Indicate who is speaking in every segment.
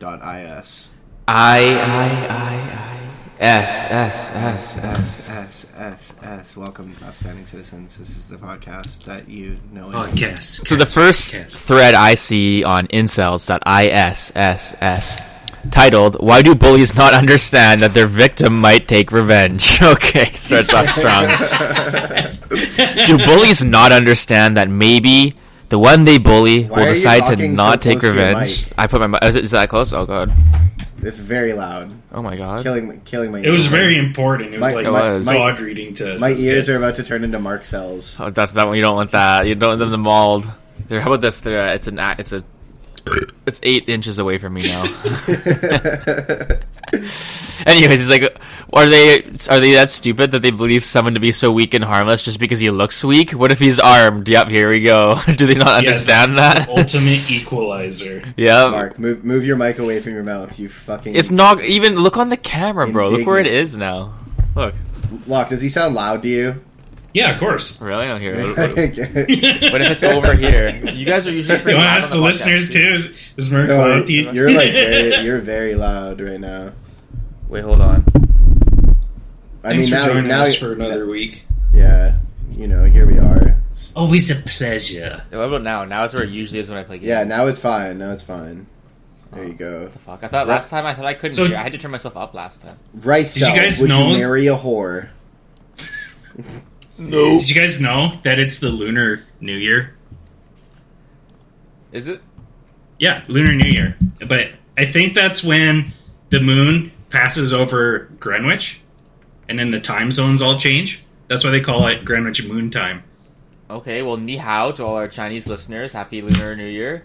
Speaker 1: incels.is.
Speaker 2: I I I I S S S S.
Speaker 1: S S S. Welcome, upstanding citizens. This is the podcast that you know.
Speaker 2: Oh,
Speaker 1: and hate.
Speaker 3: Podcast.
Speaker 2: So the
Speaker 3: cast,
Speaker 2: first
Speaker 3: cast.
Speaker 2: thread I see on incels.isss titled "Why Do Bullies Not Understand That Their Victim Might Take Revenge?" Okay, starts off strong. Do bullies not understand that maybe the one they bully
Speaker 1: Why are
Speaker 2: will
Speaker 1: you
Speaker 2: decide to
Speaker 1: talking
Speaker 2: not
Speaker 1: so
Speaker 2: take
Speaker 1: close to your
Speaker 2: revenge?
Speaker 1: mic?
Speaker 2: I put my mi- is, it, is that close? Oh god!
Speaker 1: It's very loud,
Speaker 2: Oh my god!
Speaker 1: killing killing my.
Speaker 3: It was very important. It was
Speaker 1: My-
Speaker 3: like
Speaker 2: my- It was.
Speaker 1: my-
Speaker 3: thought reading to
Speaker 1: My ears are about to turn into Mark cells.
Speaker 2: Oh, that's that one. You don't want that. You don't want them to mauled. There. How about this? There. uh, It's an. a- It's a. It's eight inches away from me now. Anyways, it's like, are they are they that stupid that they believe someone to be so weak and harmless just because he looks weak? What if he's armed? Yep, here we go. Do they not
Speaker 3: Yeah,
Speaker 2: understand that?
Speaker 3: ultimate equalizer.
Speaker 2: yeah,
Speaker 1: Mark, move move your mic away from your mouth. You fucking.
Speaker 2: it's not even. Look on the camera, bro. Look where it
Speaker 1: Indignant.
Speaker 2: is now. Look,
Speaker 1: Locke, does he sound loud to you?
Speaker 3: Yeah, of course.
Speaker 2: really? Oh, here. What
Speaker 1: no,
Speaker 2: if it's over here? You guys are usually.
Speaker 3: You
Speaker 2: pretty
Speaker 3: want to
Speaker 2: loud
Speaker 3: ask
Speaker 2: on
Speaker 3: the,
Speaker 2: podcast,
Speaker 3: listeners
Speaker 2: too.
Speaker 3: too? Is, is Merc loud to you?
Speaker 1: you're like very, you're very loud right now.
Speaker 2: Wait, hold on.
Speaker 1: I mean,
Speaker 3: Thanks for
Speaker 1: now,
Speaker 3: joining
Speaker 1: now
Speaker 3: us for another week.
Speaker 1: Yeah, you know, here we are.
Speaker 3: Always a pleasure.
Speaker 2: What about now? Now is where it usually is when I play games.
Speaker 1: Yeah, now it's fine. Now it's fine. There you go.
Speaker 2: Fuck! I thought last time I thought I couldn't
Speaker 3: So-
Speaker 2: hear. I had to turn myself up last time.
Speaker 1: Rice
Speaker 3: Did you
Speaker 1: cell.
Speaker 3: guys
Speaker 1: Would
Speaker 3: know-
Speaker 1: you marry a whore?
Speaker 2: No.
Speaker 3: Did you guys know that it's the Lunar New Year?
Speaker 2: Is it?
Speaker 3: Yeah, Lunar New Year. But I think that's when the moon passes over Greenwich, and then the time zones all change. That's why they call it Greenwich Moon Time.
Speaker 2: Okay, well, ni hao to all our Chinese listeners. Happy Lunar New Year.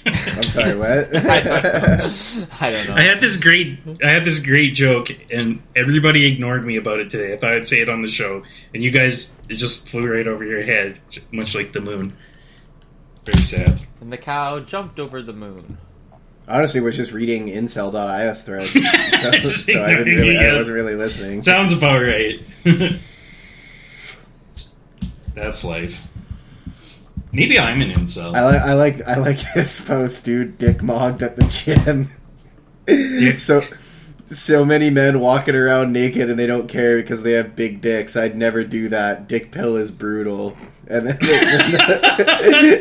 Speaker 1: I'm sorry, what?
Speaker 2: I don't know. I don't know.
Speaker 3: I had this great I had this great joke and everybody ignored me about it today. I thought I'd say it on the show and you guys it just flew right over your head j- much like the moon. Very sad.
Speaker 2: And the cow jumped over the moon.
Speaker 1: Honestly, was just reading incel.is threads, so,
Speaker 3: Just
Speaker 1: so I didn't
Speaker 3: ignoring
Speaker 1: really,
Speaker 3: you.
Speaker 1: I wasn't really listening.
Speaker 3: Sounds about right. That's life. Maybe I'm an incel.
Speaker 1: I like, I like, I like this post, dude. Dick mogged at the gym.
Speaker 3: Dick-
Speaker 1: So, so many men walking around naked and they don't care because they have big dicks. I'd never do that. Dick pill is brutal. And then,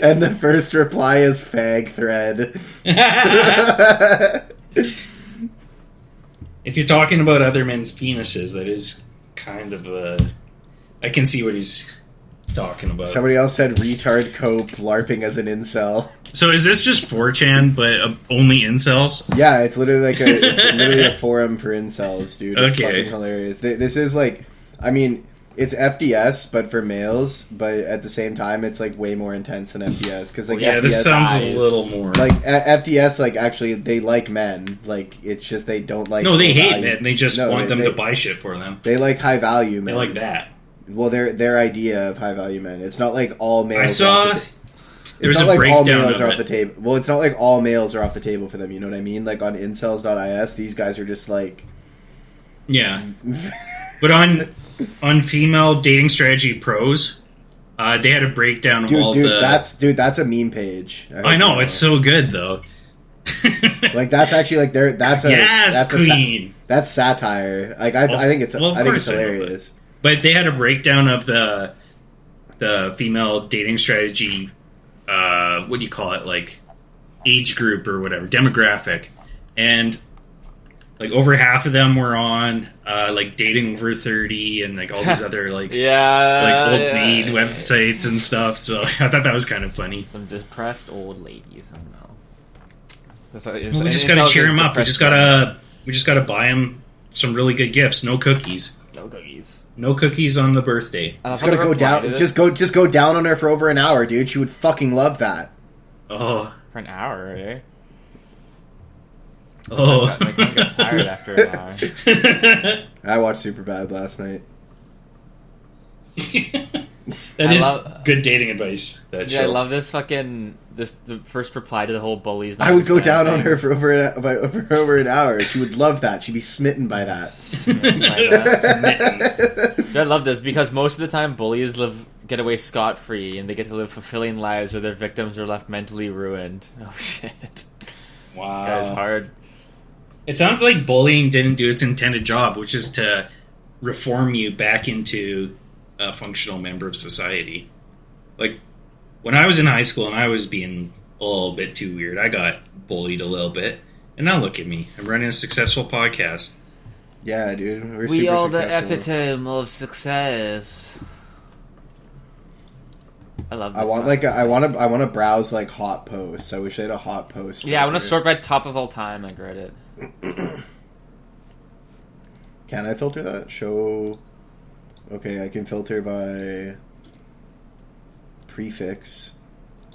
Speaker 1: and the first reply is fag thread.
Speaker 3: if you're talking about other men's penises, that is kind of a I can see what he's talking about.
Speaker 1: Somebody else said retard cope larping as an incel.
Speaker 3: So is this just 4chan, but uh, only incels?
Speaker 1: Yeah, it's literally like a it's literally a forum for incels, dude. It's
Speaker 3: Okay.
Speaker 1: fucking hilarious. Th- This is like, I mean, it's FDS but for males, but at the same time, it's like way more intense than FDS because like
Speaker 3: Oh, Yeah,
Speaker 1: FDS,
Speaker 3: this sounds
Speaker 2: eyes.
Speaker 3: a little more.
Speaker 1: like a- FDS like actually they like men. Like it's just they don't like
Speaker 3: no, they
Speaker 1: high
Speaker 3: hate
Speaker 1: value-
Speaker 3: men. They just
Speaker 1: No,
Speaker 3: want
Speaker 1: they-
Speaker 3: them
Speaker 1: they-
Speaker 3: to buy shit for them.
Speaker 1: They like high value
Speaker 3: They
Speaker 1: men.
Speaker 3: like that.
Speaker 1: Well, their their idea of high value men. It's not like all males.
Speaker 3: I
Speaker 1: are
Speaker 3: saw
Speaker 1: off the ta-
Speaker 3: there was
Speaker 1: it's
Speaker 3: a
Speaker 1: not like all
Speaker 3: breakdown
Speaker 1: males
Speaker 3: of
Speaker 1: are off
Speaker 3: it.
Speaker 1: the table. Well, it's not like all males are off the table for them. You know what I mean? Like on incels.is, these guys are just like
Speaker 3: Yeah, but on on female dating strategy pros, uh, they had a breakdown of all
Speaker 1: dude, dude,
Speaker 3: the.
Speaker 1: that's dude, that's a meme page. hope
Speaker 3: I
Speaker 1: you
Speaker 3: know it's so good though.
Speaker 1: like that's actually like there. That's a
Speaker 3: yes,
Speaker 1: that's a sa-
Speaker 3: queen.
Speaker 1: that's satire. Like I,
Speaker 3: Well,
Speaker 1: I think it's
Speaker 3: well, of
Speaker 1: I think it's
Speaker 3: course I know, but-
Speaker 1: hilarious.
Speaker 3: But they had a breakdown of the the female dating strategy. Uh, what do you call it? Like age group or whatever demographic, and like over half of them were on uh, like dating over thirty and like all these other like
Speaker 2: Yeah.
Speaker 3: like old
Speaker 2: Uh, yeah.
Speaker 3: maid websites and stuff. So I thought that was kind of funny.
Speaker 2: Some depressed old ladies. I don't know. That's what it is.
Speaker 3: Well, we
Speaker 2: And
Speaker 3: just gotta
Speaker 2: incels
Speaker 3: cheer
Speaker 2: is
Speaker 3: him up. We just
Speaker 2: depressed
Speaker 3: gotta we just gotta buy him some really good gifts. No cookies.
Speaker 2: men. No cookies.
Speaker 3: No cookies on the birthday.
Speaker 2: And I
Speaker 1: Just
Speaker 2: thought
Speaker 1: gotta
Speaker 2: the
Speaker 1: go
Speaker 2: reply to
Speaker 1: down.
Speaker 2: this
Speaker 1: Just go just go down on her for over an hour, dude. She would fucking love that.
Speaker 3: Oh,
Speaker 2: for an hour, eh?
Speaker 3: oh.
Speaker 2: My tongue gets tired after an hour.
Speaker 1: I watched Superbad last night.
Speaker 3: That
Speaker 2: I
Speaker 3: is
Speaker 2: love-
Speaker 3: good dating advice. That
Speaker 2: Yeah, I
Speaker 3: show.
Speaker 2: love this fucking this the first reply to the whole bullies. not
Speaker 1: I would go down
Speaker 2: understand
Speaker 1: on
Speaker 2: thing.
Speaker 1: her for over an, by, over, over an hour. She would love that. She'd be smitten by that.
Speaker 2: Smitten by that. I love this because most of the time bullies live get away scot free and they get to live fulfilling lives where their victims are left mentally ruined. Oh shit. This
Speaker 3: Wow.
Speaker 1: Uh,
Speaker 2: guy's hard.
Speaker 3: It sounds like bullying didn't do its intended job, which is to reform you back into a functional member of society. Like when I was in high school and I was being a little bit too weird, I got bullied a little bit. And now look at me. I'm running a successful podcast.
Speaker 1: Yeah, dude. We're
Speaker 2: We
Speaker 1: super
Speaker 2: are the
Speaker 1: successful.
Speaker 2: epitome of success. I love this
Speaker 1: I want
Speaker 2: song.
Speaker 1: like a, I want to I want to browse like hot posts. I wish I had a hot post.
Speaker 2: Yeah, I want to
Speaker 1: filter.
Speaker 2: sort by top of all time like Reddit.
Speaker 1: Can I filter that? Show. Okay, I can filter by prefix,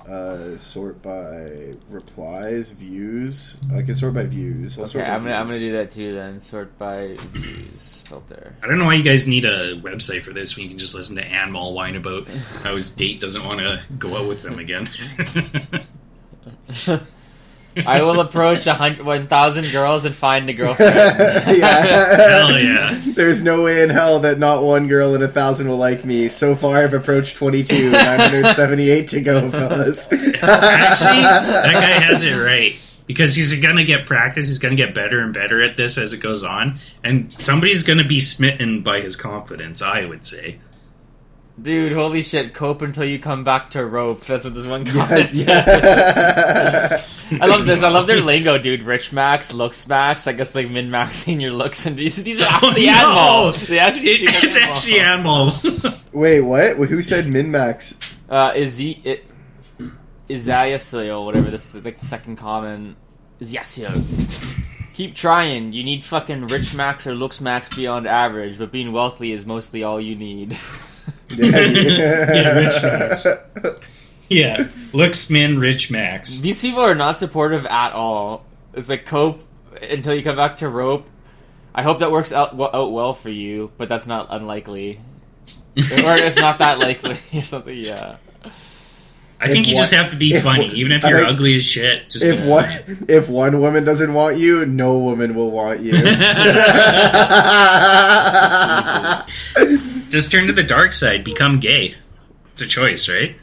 Speaker 1: uh, sort by replies, views. I can sort by views. I'll
Speaker 2: Okay,
Speaker 1: sort by
Speaker 2: I'm gonna, I'm gonna
Speaker 1: views.
Speaker 2: do that too then. Sort by views filter.
Speaker 3: I don't know why you guys need a website for this when you can just listen to Animal whine about how his date doesn't want to go out with them again.
Speaker 2: I will approach a hundred- 1,000 girls and find a girlfriend.
Speaker 1: yeah.
Speaker 3: Hell yeah.
Speaker 1: There's no way in hell that not one girl in a thousand will like me. So far, I've approached 22, 978 to go, fellas.
Speaker 3: Actually, that guy has it right because he's going to get practice. He's going to get better and better at this as it goes on, and somebody's going to be smitten by his confidence. I would say.
Speaker 2: Dude, holy shit, cope until you come back to rope. That's what this one comment said.
Speaker 1: yeah.
Speaker 2: I love this. I love their lingo, dude. Rich max, looks max. I guess like min maxing your looks, and these these are
Speaker 3: Oh,
Speaker 2: actually
Speaker 3: no!
Speaker 2: animals. They actually
Speaker 3: It,
Speaker 2: speak like
Speaker 3: it's
Speaker 2: animals.
Speaker 3: actually animal.
Speaker 1: Wait, what? Who said min max?
Speaker 2: uh, is he it? Isaiah Slio, whatever this like the second common is Keep trying. You need fucking rich max or looks max beyond average, but being wealthy is mostly all you need.
Speaker 3: Yeah, Rich Max. yeah, looks min rich max.
Speaker 2: These people are not supportive at all. It's like cope until you come back to rope. I hope that works out, w- out well for you, but that's not unlikely. or it's not that likely or something. Yeah.
Speaker 3: I think
Speaker 1: If
Speaker 3: you
Speaker 1: one-
Speaker 3: just have to be
Speaker 1: if
Speaker 3: funny,
Speaker 1: one-
Speaker 3: even if you're
Speaker 1: I-
Speaker 3: ugly as shit. Just
Speaker 1: if one if one woman doesn't want you, no woman will want you.
Speaker 3: just turn to the dark side, become gay. It's a choice, right?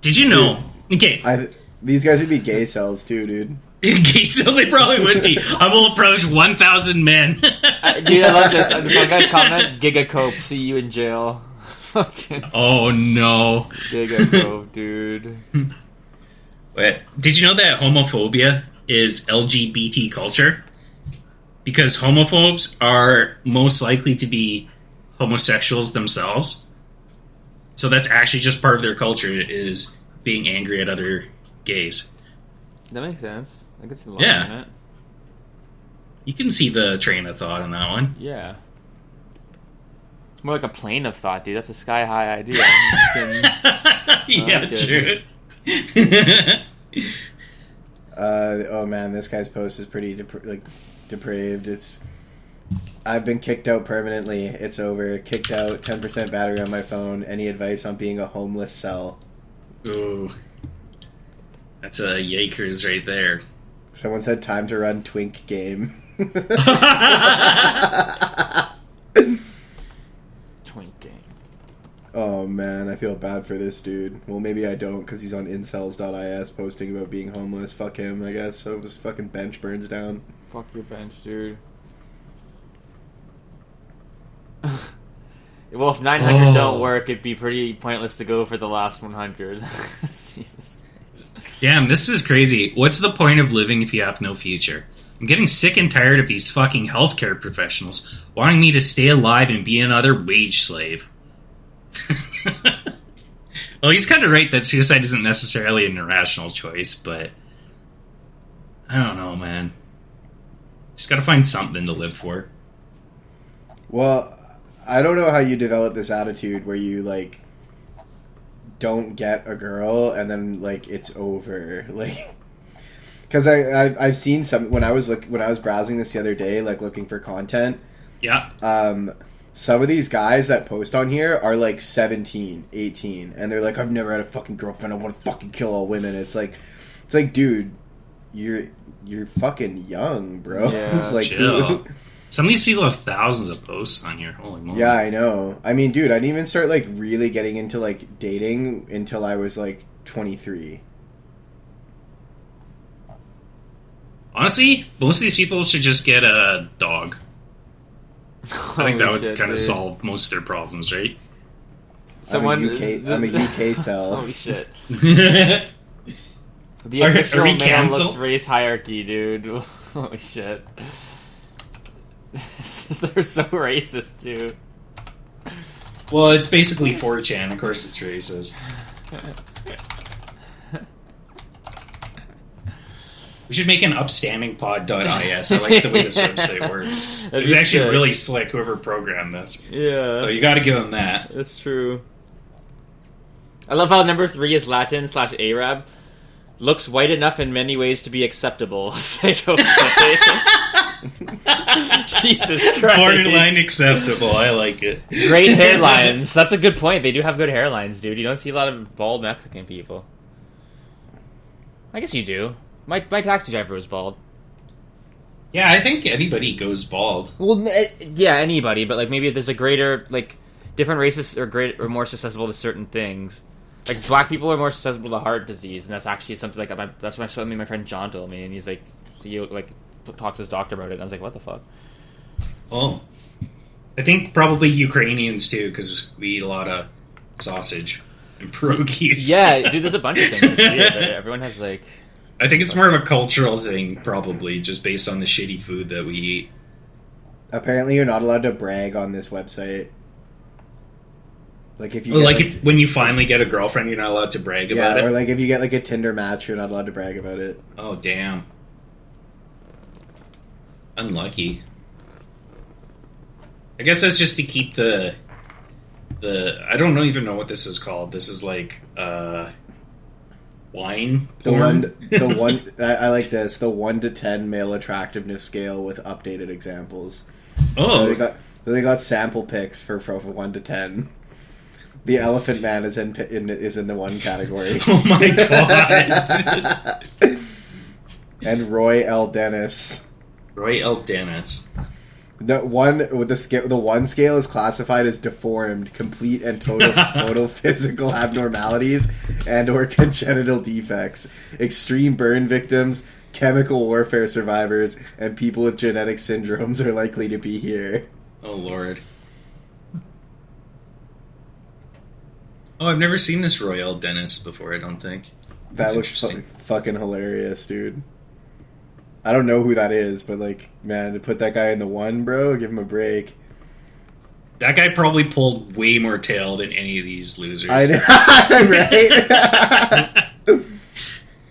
Speaker 3: Did you know? Okay,
Speaker 1: I, these guys would be gay cells too, dude.
Speaker 3: gay sales they probably would be. I will approach one thousand men.
Speaker 2: Uh, Dude, I love this. This one guy's comment Giga Cope, see you in jail. Fucking
Speaker 3: Oh no!
Speaker 2: Giga Cope, dude.
Speaker 3: Wait, Uh, did you know that homophobia is LGBT culture? Because homophobes are most likely to be homosexuals themselves. So that's actually just part of their culture is being angry at other gays.
Speaker 2: That makes sense. I guess the
Speaker 3: Yeah.
Speaker 2: line, right?
Speaker 3: You can see the train of thought on that one.
Speaker 2: Yeah. It's more like a plane of thought, dude. That's a sky high idea. Fucking-
Speaker 3: yeah,
Speaker 2: get
Speaker 3: true.
Speaker 2: it.
Speaker 1: Uh, oh man, this guy's post is pretty depra- like depraved. It's I've been kicked out permanently. It's over. Kicked out. Ten percent battery on my phone. Any advice on being a homeless cell?
Speaker 3: Ooh. That's a Yakers right there.
Speaker 1: Someone said time to run twink game.
Speaker 2: Twink game.
Speaker 1: Oh man, I feel bad for this dude. Well, maybe I don't because he's on incels.is posting about being homeless. Fuck him, I guess. So his fucking bench burns down.
Speaker 2: Fuck your bench, dude. well, if 900 don't
Speaker 3: Oh.
Speaker 2: work, it'd be pretty pointless to go for the last 100. Jesus Christ.
Speaker 3: Damn, this is crazy. What's the point of living if you have no future? I'm getting sick and tired of these fucking healthcare professionals wanting me to stay alive and be another wage slave. well, he's kind of right that suicide isn't necessarily an irrational choice, but I don't know, man. Just gotta find something to live for.
Speaker 1: Well, I don't know how you develop this attitude where you like don't get a girl and then like it's over. Like cuz I, I I've seen some when I was look when I was browsing this the other day like looking for content,
Speaker 3: Yeah.
Speaker 1: um some of these guys that post on here are like 17, 18 and they're like I've never had a fucking girlfriend. I want to fucking kill all women. It's like it's like dude, you're you're fucking young, bro.
Speaker 2: Yeah.
Speaker 1: it's like
Speaker 3: Chill. Some of these people have thousands of posts on here. Holy moly!
Speaker 1: Yeah, I know. I mean, dude, I didn't even start like really getting into like dating until I was like 23.
Speaker 3: Honestly, most of these people should just get a dog. I think that would kind of solve most of their problems, right?
Speaker 1: Someone I'm a UK, is, I'm a UK cell.
Speaker 2: Holy shit!
Speaker 3: That's
Speaker 2: The
Speaker 3: Are- are
Speaker 2: official
Speaker 3: we
Speaker 2: man looks
Speaker 3: canceled?
Speaker 2: race hierarchy, dude. Holy shit! They're so racist, dude.
Speaker 3: Well, it's basically 4chan. Of course, it's racist. We should make an upstandingpod.is. I Oh, like the way this website works.
Speaker 2: That'd
Speaker 3: It's
Speaker 2: be
Speaker 3: actually
Speaker 2: sick.
Speaker 3: really Oh, slick, whoever programmed this. So
Speaker 2: yeah.
Speaker 3: you got to give them that.
Speaker 2: That's true. I love how number three is Latin slash Arab. Looks white enough in many ways to be acceptable. It's like, okay. Jesus Christ.
Speaker 3: Borderline acceptable. I like it.
Speaker 2: Great hairlines. That's a good point. They do have good hairlines, dude. You don't see a lot of bald Mexican people. I guess you do. My, my taxi driver was bald.
Speaker 3: yeah, I think anybody goes bald.
Speaker 2: Well, n- eh, yeah, anybody, but like maybe there's a greater like different races are great are more susceptible to certain things. Like black people are more susceptible to heart disease, and that's actually something like my, that's what something my friend John told me, and he's like, he like talks to his doctor about it, and I was like, what the fuck?
Speaker 3: Oh. I think probably Ukrainians too, because we eat a lot of sausage and pierogies.
Speaker 2: Yeah, dude, there's a bunch of things. It's weird, but everyone has like,
Speaker 3: I think it's more of a cultural thing, probably, just based on the shitty food that we eat.
Speaker 1: Apparently, you're not allowed to brag on this website. Like if you
Speaker 3: Well,
Speaker 1: get,
Speaker 3: like if, when you finally get a girlfriend, you're not allowed to brag
Speaker 1: yeah,
Speaker 3: about
Speaker 1: or
Speaker 3: it.
Speaker 1: like if you get like a Tinder match, you're not allowed to brag about it.
Speaker 3: Oh, damn. Unlucky. I guess that's just to keep the the I don't know even know what this is called. This is like uh wine
Speaker 1: The
Speaker 3: porn.
Speaker 1: one, the one, I, I like this. The one to ten male attractiveness scale with updated examples. So
Speaker 3: oh,
Speaker 1: they got so they got sample picks for from one to ten. The elephant man is in, in the, is in the one category.
Speaker 3: Oh my god.
Speaker 1: and Roy L. Dennis.
Speaker 3: Roy L. Dennis.
Speaker 1: The one with the scale, the one scale is classified as deformed, complete and total total physical abnormalities and or congenital defects, extreme burn victims, chemical warfare survivors, and people with genetic syndromes are likely to be here.
Speaker 3: Oh lord. Oh, I've never seen this Roy L. Dennis before, I don't think.
Speaker 1: That
Speaker 3: That's
Speaker 1: looks fu-
Speaker 3: interesting.
Speaker 1: fucking hilarious, dude. I don't know who that is, but like, man, to put that guy in the one, bro, give him a break.
Speaker 3: That guy probably pulled way more tail than any of these losers.
Speaker 1: I know, right?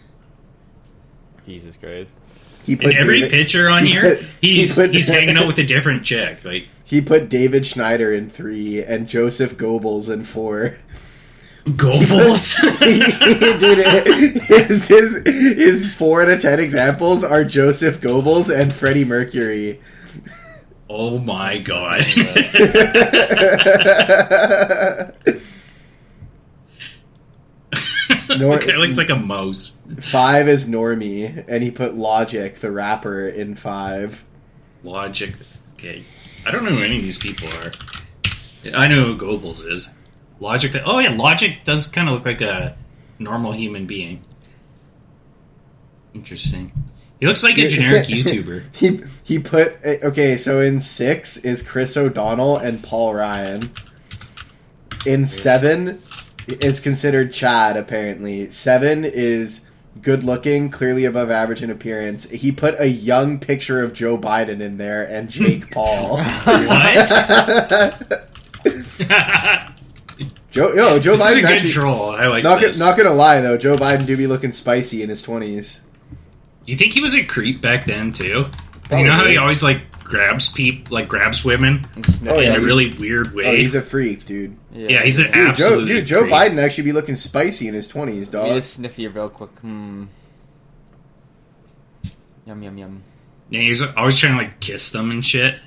Speaker 2: Jesus Christ.
Speaker 1: he
Speaker 3: In every
Speaker 1: David,
Speaker 3: picture on here,
Speaker 1: he
Speaker 3: he's
Speaker 1: put-
Speaker 3: he's hanging out with a different chick. Like
Speaker 1: he put David Schneider in three and Joseph Goebbels in four.
Speaker 3: Goebbels.
Speaker 1: dude, his, his his four out of ten examples are Joseph Goebbels and Freddie Mercury.
Speaker 3: oh my god.
Speaker 1: Nor-
Speaker 3: it looks like a mouse.
Speaker 1: Five is Normie, and he put Logic, the rapper, in five.
Speaker 3: Logic. Okay, I don't know who any of these people are. I know who Goebbels is. Logic. Oh yeah, Logic does kind of look like a normal human being. Interesting. He looks like a generic YouTuber.
Speaker 1: He he put eh, okay. So in six is Chris O'Donnell and Paul Ryan. In seven is considered Chad. Apparently, seven is good looking, clearly above average in appearance. He put a young picture of Joe Biden in there and Jake Paul.
Speaker 3: What?
Speaker 1: Joe, yo, Joe
Speaker 3: this
Speaker 1: Biden
Speaker 3: is a good
Speaker 1: actually-
Speaker 3: troll. I like
Speaker 1: Not,
Speaker 3: this.
Speaker 1: not gonna lie though, Joe Biden do be looking spicy in his twenties.
Speaker 3: Do you think he was a creep back then too? 'Cause you know how
Speaker 1: Probably.
Speaker 3: he always like grabs peop like grabs women
Speaker 1: Oh, yeah,
Speaker 3: in a
Speaker 1: he's-
Speaker 3: really weird way.
Speaker 1: Oh, he's a freak, dude.
Speaker 3: yeah, he's an
Speaker 1: Dude, Joe,
Speaker 3: absolute
Speaker 1: dude, Joe
Speaker 3: creep.
Speaker 1: Biden actually be looking spicy in his twenties,
Speaker 3: Uh,
Speaker 2: Let me
Speaker 1: dog.
Speaker 2: just sniff you real quick. Hmm. Yum yum yum.
Speaker 3: Yeah, he's always trying to like kiss them and shit.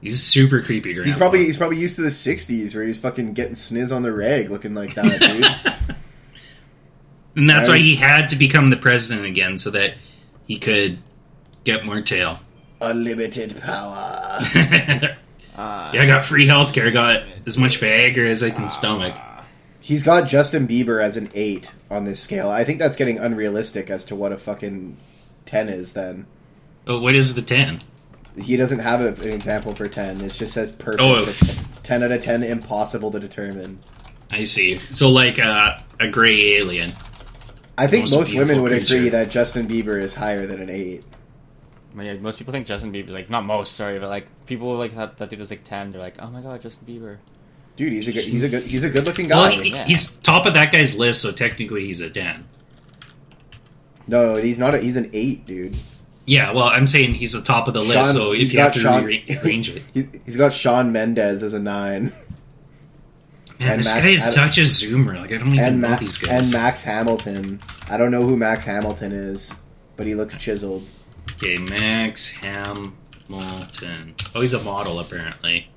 Speaker 3: He's super creepy. Grandpa.
Speaker 1: He's probably he's probably used to the '60s where he's fucking getting sniz on the rag, looking like that, dude.
Speaker 3: and that's
Speaker 1: I-
Speaker 3: why he had to become the president again so that he could get more tail.
Speaker 1: Unlimited power.
Speaker 3: yeah,
Speaker 2: Uh,
Speaker 3: I got free healthcare. Got as much Viagra as I can stomach.
Speaker 2: uh,
Speaker 1: He's got Justin Bieber as an eight on this scale. I think that's getting unrealistic as to what a fucking ten is. Then
Speaker 3: But what is the ten?
Speaker 1: he doesn't have a, an example for ten. It just says perfect.
Speaker 3: Oh.
Speaker 1: Ten out of ten, impossible to determine.
Speaker 3: I see. So like uh, a gray alien.
Speaker 1: I think
Speaker 3: Most
Speaker 1: most women
Speaker 3: beautiful
Speaker 1: would agree
Speaker 3: creature.
Speaker 1: that Justin Bieber is higher than an eight.
Speaker 2: well, yeah, most people think Justin Bieber, like not most, sorry, but like people like that, that dude was like ten. They're like, oh my god, Justin Bieber.
Speaker 1: Dude, he's a good, he's a good he's a good looking
Speaker 3: Well,
Speaker 1: guy.
Speaker 3: he-
Speaker 2: yeah.
Speaker 3: he's top of that guy's list, so technically he's a ten.
Speaker 1: No, he's not. A, he's an eight, dude.
Speaker 3: Yeah, well, I'm saying he's the top of the list,
Speaker 1: Sean-
Speaker 3: so
Speaker 1: he's
Speaker 3: if you
Speaker 1: got
Speaker 3: have to
Speaker 1: Sean-
Speaker 3: re- range it.
Speaker 1: He's, he's got Sean Mendez as a nine,
Speaker 3: Man,
Speaker 1: And Max
Speaker 3: this guy is
Speaker 1: Adam-
Speaker 3: such a zoomer. Like I don't even
Speaker 1: and
Speaker 3: know
Speaker 1: Max
Speaker 3: these
Speaker 1: and
Speaker 3: guys.
Speaker 1: Max Hamilton. I don't know who Max Hamilton is, but he looks chiseled.
Speaker 3: okay, Max Hamilton. Oh, he's a model apparently.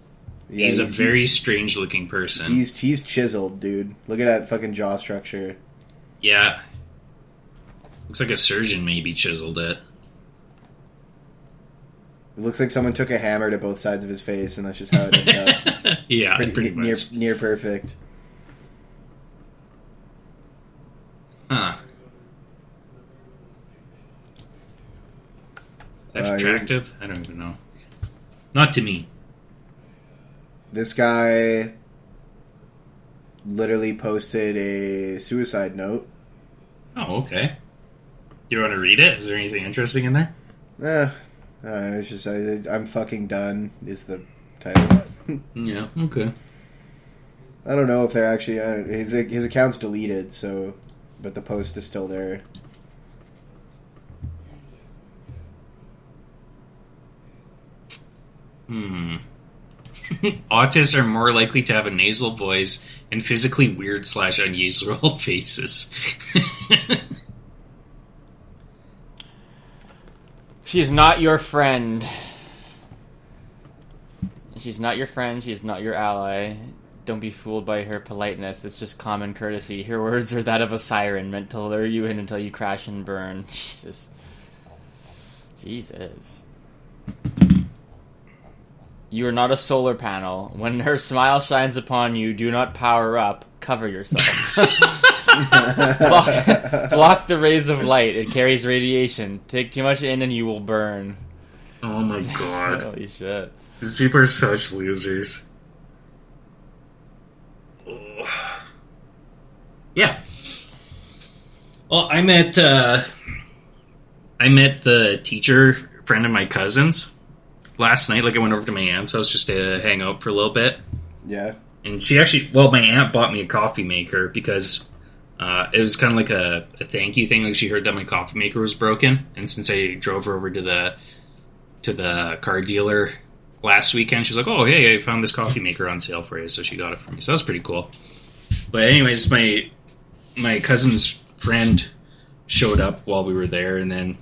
Speaker 1: Yeah,
Speaker 3: he's, a very strange looking person.
Speaker 1: he's he's chiseled, dude. Look at that fucking jaw structure.
Speaker 3: yeah, looks like a surgeon maybe chiseled it.
Speaker 1: It looks like someone took a hammer to both sides of his face, and that's just how it ended up.
Speaker 3: yeah, pretty,
Speaker 1: ne- uh, near
Speaker 3: much.
Speaker 1: near perfect.
Speaker 3: Huh. Is that
Speaker 1: Uh, here's-
Speaker 3: attractive? I don't even know. Not to me.
Speaker 1: This guy literally posted a suicide note.
Speaker 3: Oh, okay. You want to read it? Is there anything interesting in there?
Speaker 1: Eh, uh, it's just I, I'm fucking done is the title.
Speaker 3: Yeah. Okay.
Speaker 1: I don't know if they're actually uh, his his account's deleted, so but the post is still there.
Speaker 3: Hmm. Autists are more likely to have a nasal voice and physically weird slash unusual faces.
Speaker 2: She's not your friend. She's not your friend. She's not your ally. Don't be fooled by her politeness. It's just common courtesy. Her words are that of a siren, meant to lure you in until you crash and burn. Jesus. Jesus. You are not a solar panel. When her smile shines upon you, do not power up. Cover yourself. block, block the rays of light. It carries radiation. Take too much in and you will burn.
Speaker 3: oh my god.
Speaker 2: Holy shit.
Speaker 3: These people are such losers. Yeah. Well, I met uh, I met the teacher friend of my cousin's last night. Like I went over to my aunt's house just to hang out for a little bit,
Speaker 1: Yeah,
Speaker 3: and she actually well, my aunt bought me a coffee maker because uh, it was kind of like a, a thank you thing. Like she heard that my coffee maker was broken, and since I drove her over to the to the car dealer last weekend. She's like, "Oh, hey, I found this coffee maker on sale for you," so she got it for me. So that's pretty cool. But anyways, my my cousin's friend showed up while we were there, and then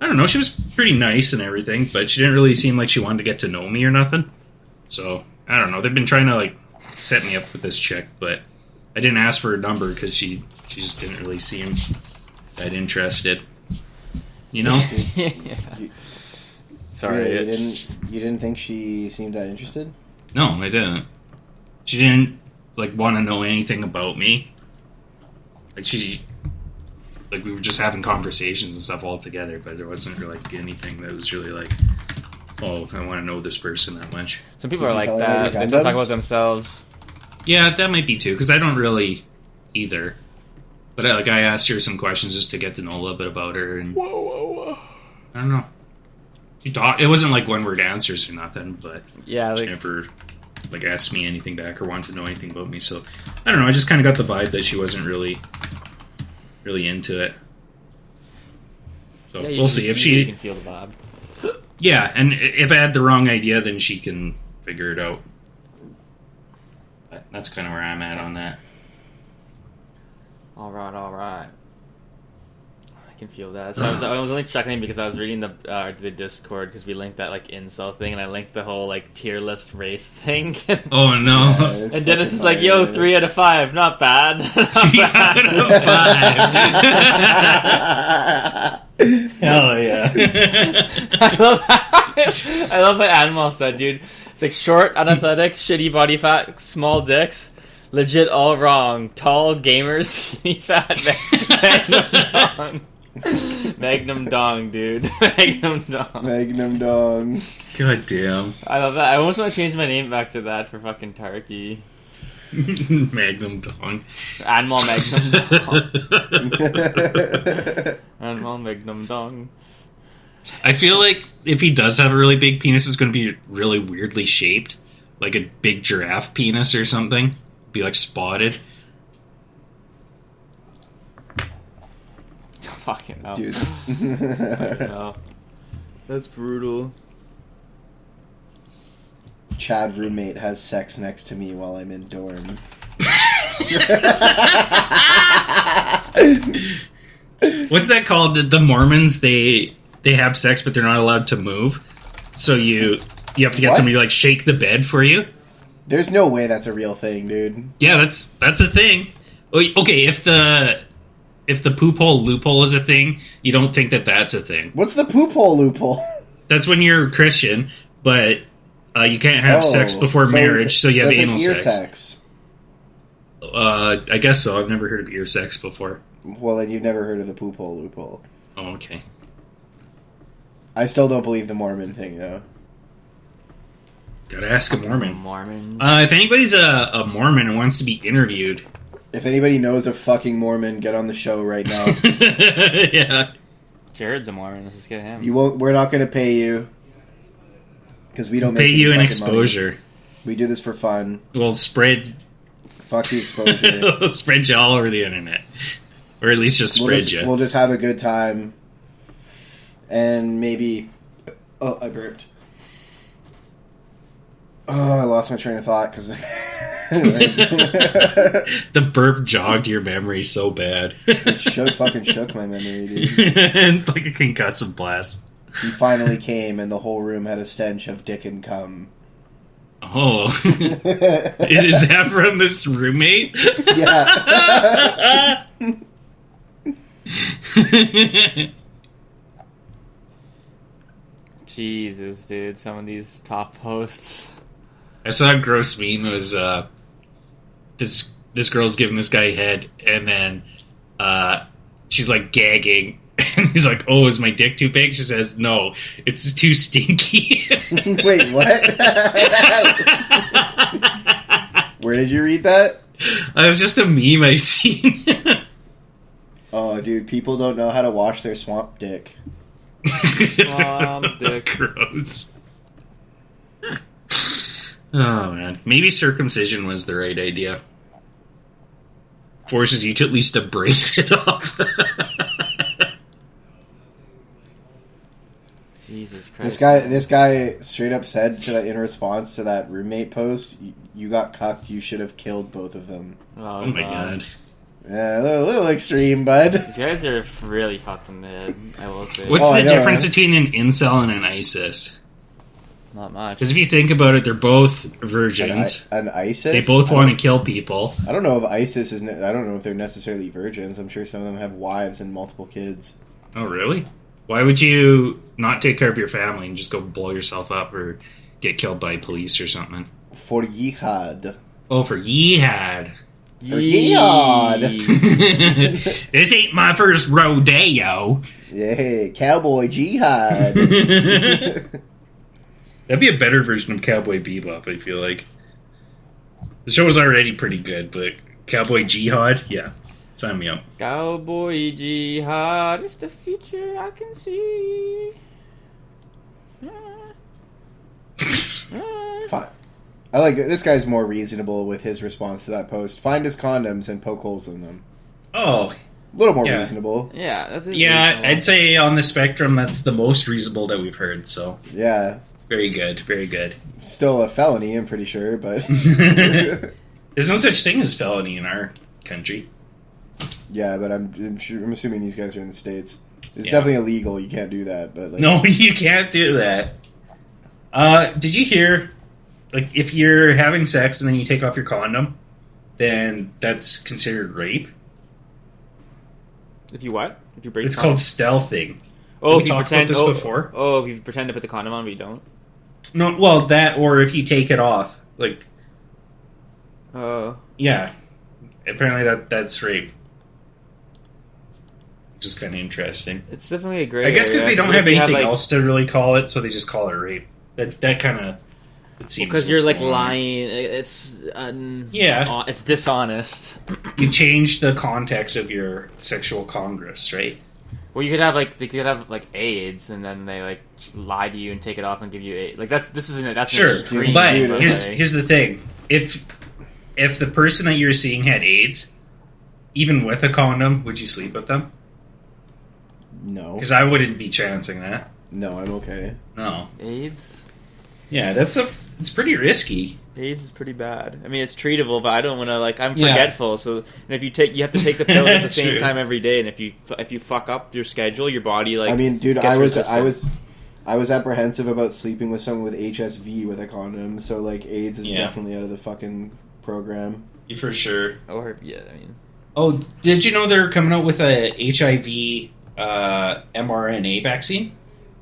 Speaker 3: I don't know. She was pretty nice and everything, but she didn't really seem like she wanted to get to know me or nothing. So I don't know. They've been trying to like set me up with this chick, but I didn't ask for her number because she she just didn't really seem that interested. You know?
Speaker 2: Sorry.
Speaker 1: you
Speaker 2: it's-
Speaker 1: didn't you didn't think she seemed that interested?
Speaker 3: No, I didn't. She didn't like want to know anything about me. Like she, like we were just having conversations and stuff all together, but there wasn't really like anything that was really like, oh, I want to know this person that much.
Speaker 2: Some people
Speaker 1: Did
Speaker 2: are
Speaker 1: you
Speaker 2: like
Speaker 1: tell her about
Speaker 2: that.
Speaker 1: your
Speaker 2: They don't talk
Speaker 1: Gundams?
Speaker 2: about themselves.
Speaker 3: Yeah, that might be too, because I don't really either. But uh, like I asked her some questions just to get to know a little bit about her, and
Speaker 2: Whoa, whoa, whoa.
Speaker 3: I don't know. She talked. It wasn't like one word answers or nothing, but
Speaker 2: Yeah,
Speaker 3: she
Speaker 2: like,
Speaker 3: never like asked me anything back or wanted to know anything about me. So I don't know. I just kind of got the vibe that she wasn't really, really into it. So
Speaker 2: yeah, you
Speaker 3: we'll
Speaker 2: can-
Speaker 3: see if
Speaker 2: you- You
Speaker 3: she.
Speaker 2: can feel the vibe.
Speaker 3: Yeah, and i- if I had the wrong idea, then she can figure it out. But that's kind of where I'm at on that.
Speaker 2: Alright, alright. I can feel that. So I was, I was only checking because I was reading the uh, the Discord because we linked that, like, incel thing and I linked the whole, like, tier list race thing.
Speaker 3: Oh
Speaker 1: Yeah,
Speaker 3: no!
Speaker 1: it's
Speaker 2: and Dennis
Speaker 1: fucking
Speaker 2: is like, yo,
Speaker 1: hilarious.
Speaker 2: three out of five. Not bad. Not
Speaker 3: Three out of five.
Speaker 1: Hell yeah!
Speaker 2: I love that. I love what Animal said, dude. It's like short, unathletic, shitty body fat, small dicks, legit all wrong, tall gamers, skinny fat, mag- magnum dong, magnum dong, dude, magnum dong.
Speaker 1: Magnum Dong.
Speaker 3: God damn.
Speaker 2: I love that. I almost want to change my name back to that for fucking Tarky.
Speaker 3: Magnum Dong.
Speaker 2: Animal magnum dong.
Speaker 1: yeah,
Speaker 2: Animal magnum dong.
Speaker 3: I feel like if he does have a really big penis, it's going to be really weirdly shaped, like a big giraffe penis or something. Be like spotted.
Speaker 2: Fucking hell.
Speaker 1: dude.
Speaker 2: No.
Speaker 4: That's brutal.
Speaker 1: Chad roommate has sex next to me while I'm in dorm.
Speaker 3: What's that called? The- The Mormons they they have sex, but they're not allowed to move. So you you have to get
Speaker 1: What?
Speaker 3: somebody to like shake the bed for you.
Speaker 1: There's no way that's a real thing, dude.
Speaker 3: Yeah, that's that's a thing. Oh, Okay, if the if the poop hole loophole is a thing, you don't think that that's a thing.
Speaker 1: What's the poop hole loophole?
Speaker 3: That's when you're a Christian, but uh, you can't have sex
Speaker 1: Oh,
Speaker 3: before
Speaker 1: so
Speaker 3: marriage, so you have
Speaker 1: that's like
Speaker 3: anal
Speaker 1: ear
Speaker 3: sex. Uh, I guess so. I've never heard of ear sex before.
Speaker 1: Well, then you've never heard of the poop hole loophole.
Speaker 3: Oh, okay.
Speaker 1: I still don't believe the Mormon thing though.
Speaker 3: Gotta ask a Mormon.
Speaker 2: Mormons.
Speaker 3: Uh, if anybody's a, a Mormon and wants to be interviewed,
Speaker 1: If anybody knows a fucking Mormon, get on the show right now.
Speaker 3: yeah.
Speaker 2: Jared's a Mormon. Let's just get him.
Speaker 1: you won't. We're not going to pay you because we don't
Speaker 3: Pay
Speaker 1: make any
Speaker 3: you an
Speaker 1: fucking
Speaker 3: exposure.
Speaker 1: money. We do this for fun.
Speaker 3: We'll spread
Speaker 1: Fuck the exposure.
Speaker 3: we'll spread you all over the internet. Or at least just
Speaker 1: we'll,
Speaker 3: spread
Speaker 1: just,
Speaker 3: you.
Speaker 1: we'll just have a good time and maybe. Oh, I burped. Oh, I lost my train of thought because. it
Speaker 3: the burp jogged your memory so bad.
Speaker 1: shook, fucking shook my memory, dude.
Speaker 3: it's like a concussive blast.
Speaker 1: He finally came, and the whole room had a stench of dick and cum.
Speaker 3: Oh, is, is that from this roommate?
Speaker 1: yeah.
Speaker 2: Jesus, dude. Some of these top posts.
Speaker 3: I saw a gross meme. It was uh, this this girl's giving this guy head, and then uh, she's like gagging, and he's like, "Oh, is my dick too big?" She says, "No, it's too stinky."
Speaker 1: Wait, what? Where did you read that?
Speaker 3: That was just a meme I seen.
Speaker 1: Oh, dude, people don't know how to wash their swamp dick.
Speaker 2: Mom, dick.
Speaker 3: Gross. Oh man, maybe circumcision was the right idea. Forces you to at least abrade it off.
Speaker 2: Jesus Christ.
Speaker 1: This guy, this guy, straight up said to that in response to that roommate post, "You- "You got cucked. You should have killed both of them."
Speaker 3: oh my god.
Speaker 1: Yeah, a little, little extreme, bud.
Speaker 2: These guys are really fucked in the head, I will say.
Speaker 3: What's
Speaker 1: Oh, I
Speaker 3: the
Speaker 1: know,
Speaker 3: difference
Speaker 1: right?
Speaker 3: between an incel and an ISIS?
Speaker 2: Not much.
Speaker 3: Because if you think about it, they're both
Speaker 1: An, I-
Speaker 3: virgins.
Speaker 1: an ISIS.
Speaker 3: They both
Speaker 1: I
Speaker 3: want to kill people.
Speaker 1: don't- I don't know if ISIS is. Ne- I don't know if they're necessarily virgins. I'm sure some of them have wives and multiple kids.
Speaker 3: Oh, really? Why would you not take care of your family and just go blow yourself up or get killed by police or something?
Speaker 1: For jihad.
Speaker 3: Oh, for jihad.
Speaker 1: For jihad.
Speaker 3: this ain't my first rodeo.
Speaker 1: Yeah, cowboy jihad.
Speaker 3: That'd be a better version of Cowboy Bebop, I feel like. The show was already pretty good, but Cowboy Jihad, yeah. Sign me up.
Speaker 2: Cowboy jihad is the future I can see. Ah. Ah.
Speaker 1: Fine. I like this guy's more reasonable with his response to that post. Find his condoms and poke holes in them.
Speaker 3: Oh,
Speaker 1: A little more
Speaker 3: Yeah.
Speaker 1: reasonable.
Speaker 2: Yeah, that's it.
Speaker 3: yeah. I'd say on the spectrum, that's the most reasonable that we've heard, so
Speaker 1: Yeah.
Speaker 3: very good, very good.
Speaker 1: Still a felony, I'm pretty sure, but
Speaker 3: There's no such thing as felony in our country.
Speaker 1: yeah, but I'm I'm, sure, I'm assuming these guys are in the states. It's
Speaker 3: Yeah.
Speaker 1: definitely illegal. You can't do that, but like
Speaker 3: No, you can't do that. Uh, did you hear? Like, if you're having sex and then you take off your condom, then that's considered rape.
Speaker 2: If you what? If you break
Speaker 3: It's
Speaker 2: the
Speaker 3: called stealthing.
Speaker 2: Oh,
Speaker 3: We
Speaker 2: if you
Speaker 3: talked about
Speaker 2: pretend,
Speaker 3: this
Speaker 2: oh,
Speaker 3: before.
Speaker 2: Oh, if you pretend to put the condom on, but you don't.
Speaker 3: No, well, that or if you take it off, like
Speaker 2: Oh,
Speaker 3: yeah, apparently that that's rape. Just kind of interesting.
Speaker 2: it's definitely a gray.
Speaker 3: I guess because
Speaker 2: area.
Speaker 3: they don't
Speaker 2: If
Speaker 3: have
Speaker 2: you
Speaker 3: anything
Speaker 2: like-
Speaker 3: else to really call it, so they just call it rape. That that kind of it seems
Speaker 2: Because you're
Speaker 3: what's
Speaker 2: like
Speaker 3: going on.
Speaker 2: lying. It's un-
Speaker 3: Yeah.
Speaker 2: uh, it's dishonest.
Speaker 3: You change the context of your sexual congress, right?
Speaker 2: Well, you could have like they could have like AIDS, and then they like lie to you and take it off and give you AIDS. Like that's this isn't it. That's an
Speaker 3: Sure,
Speaker 2: extreme,
Speaker 3: but
Speaker 1: dude,
Speaker 3: here's
Speaker 2: like-
Speaker 3: here's the thing: if if the person that you're seeing had AIDS, even with a condom, would you sleep with them?
Speaker 1: No,
Speaker 3: Because I wouldn't be chancing that.
Speaker 1: no, I'm okay.
Speaker 3: No.
Speaker 2: AIDS.
Speaker 3: Yeah, that's a it's pretty risky.
Speaker 2: AIDS is pretty bad. I mean, it's treatable, but I don't want to like. I'm
Speaker 3: Yeah.
Speaker 2: forgetful, so and if you take, you have to take the pill at the same
Speaker 3: True.
Speaker 2: time every day, and if you if you fuck up your schedule, your body like.
Speaker 1: I mean, dude,
Speaker 2: gets
Speaker 1: I was,
Speaker 2: resistant.
Speaker 1: I was, I was apprehensive about sleeping with someone with HSV with a condom. So like, AIDS is
Speaker 3: Yeah.
Speaker 1: definitely out of the fucking program.
Speaker 3: For sure.
Speaker 2: Or yeah, I mean.
Speaker 3: Oh, did you know they're coming out with a HIV uh, mRNA vaccine?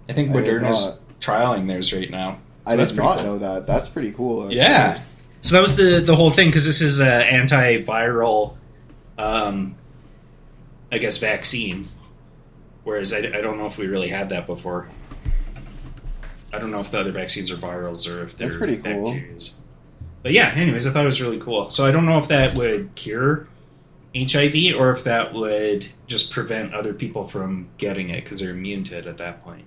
Speaker 3: I think
Speaker 1: I did
Speaker 3: Moderna's trialing theirs right now. So
Speaker 1: I
Speaker 3: that's
Speaker 1: did
Speaker 3: pretty
Speaker 1: not
Speaker 3: cool.
Speaker 1: know that. That's pretty cool. actually.
Speaker 3: Yeah. So that was the the whole thing because this is an antiviral, um, I guess vaccine. Whereas I, I don't know if we really had that before. I don't know if the other vaccines are virals or if they're
Speaker 1: That's pretty cool.
Speaker 3: bacterias. But yeah, anyways, I thought it was really cool. So I don't know if that would cure HIV or if that would just prevent other people from getting it because they're immune to it at that point,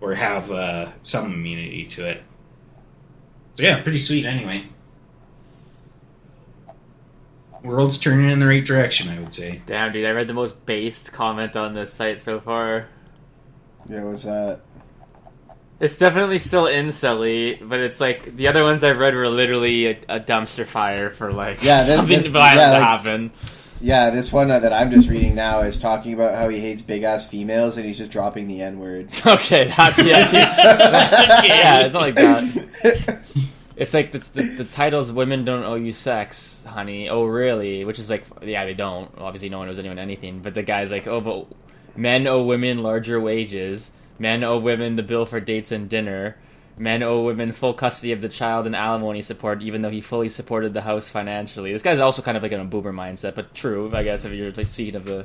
Speaker 3: or have uh, some immunity to it. So yeah, pretty sweet anyway. World's turning in the right direction, I would say.
Speaker 2: Damn, dude! I read the most based comment on this site so far.
Speaker 1: Yeah, what's that?
Speaker 2: It's definitely still incelly, but it's like the other ones I've read were literally a, a dumpster fire for like
Speaker 1: Yeah, that-
Speaker 2: something
Speaker 1: this-
Speaker 2: violent
Speaker 1: yeah,
Speaker 2: to
Speaker 1: like-
Speaker 2: happen.
Speaker 1: Yeah, this one uh, that I'm just reading now is talking about how he hates big ass females and he's just dropping the N word.
Speaker 2: Okay, that's yes. yes. yeah, it's not like that. It's like the, the, the title's "Women Don't Owe You Sex, Honey." Oh, really? Which is like, yeah, they don't. Obviously, no one owes anyone anything. But the guy's like, oh, but men owe women larger wages. Men owe women the bill for dates and dinner. Men owe women full custody of the child and alimony support, even though he fully supported the house financially. This guy's also kind of like in a boomer mindset, but true, I guess, if you're like speaking of the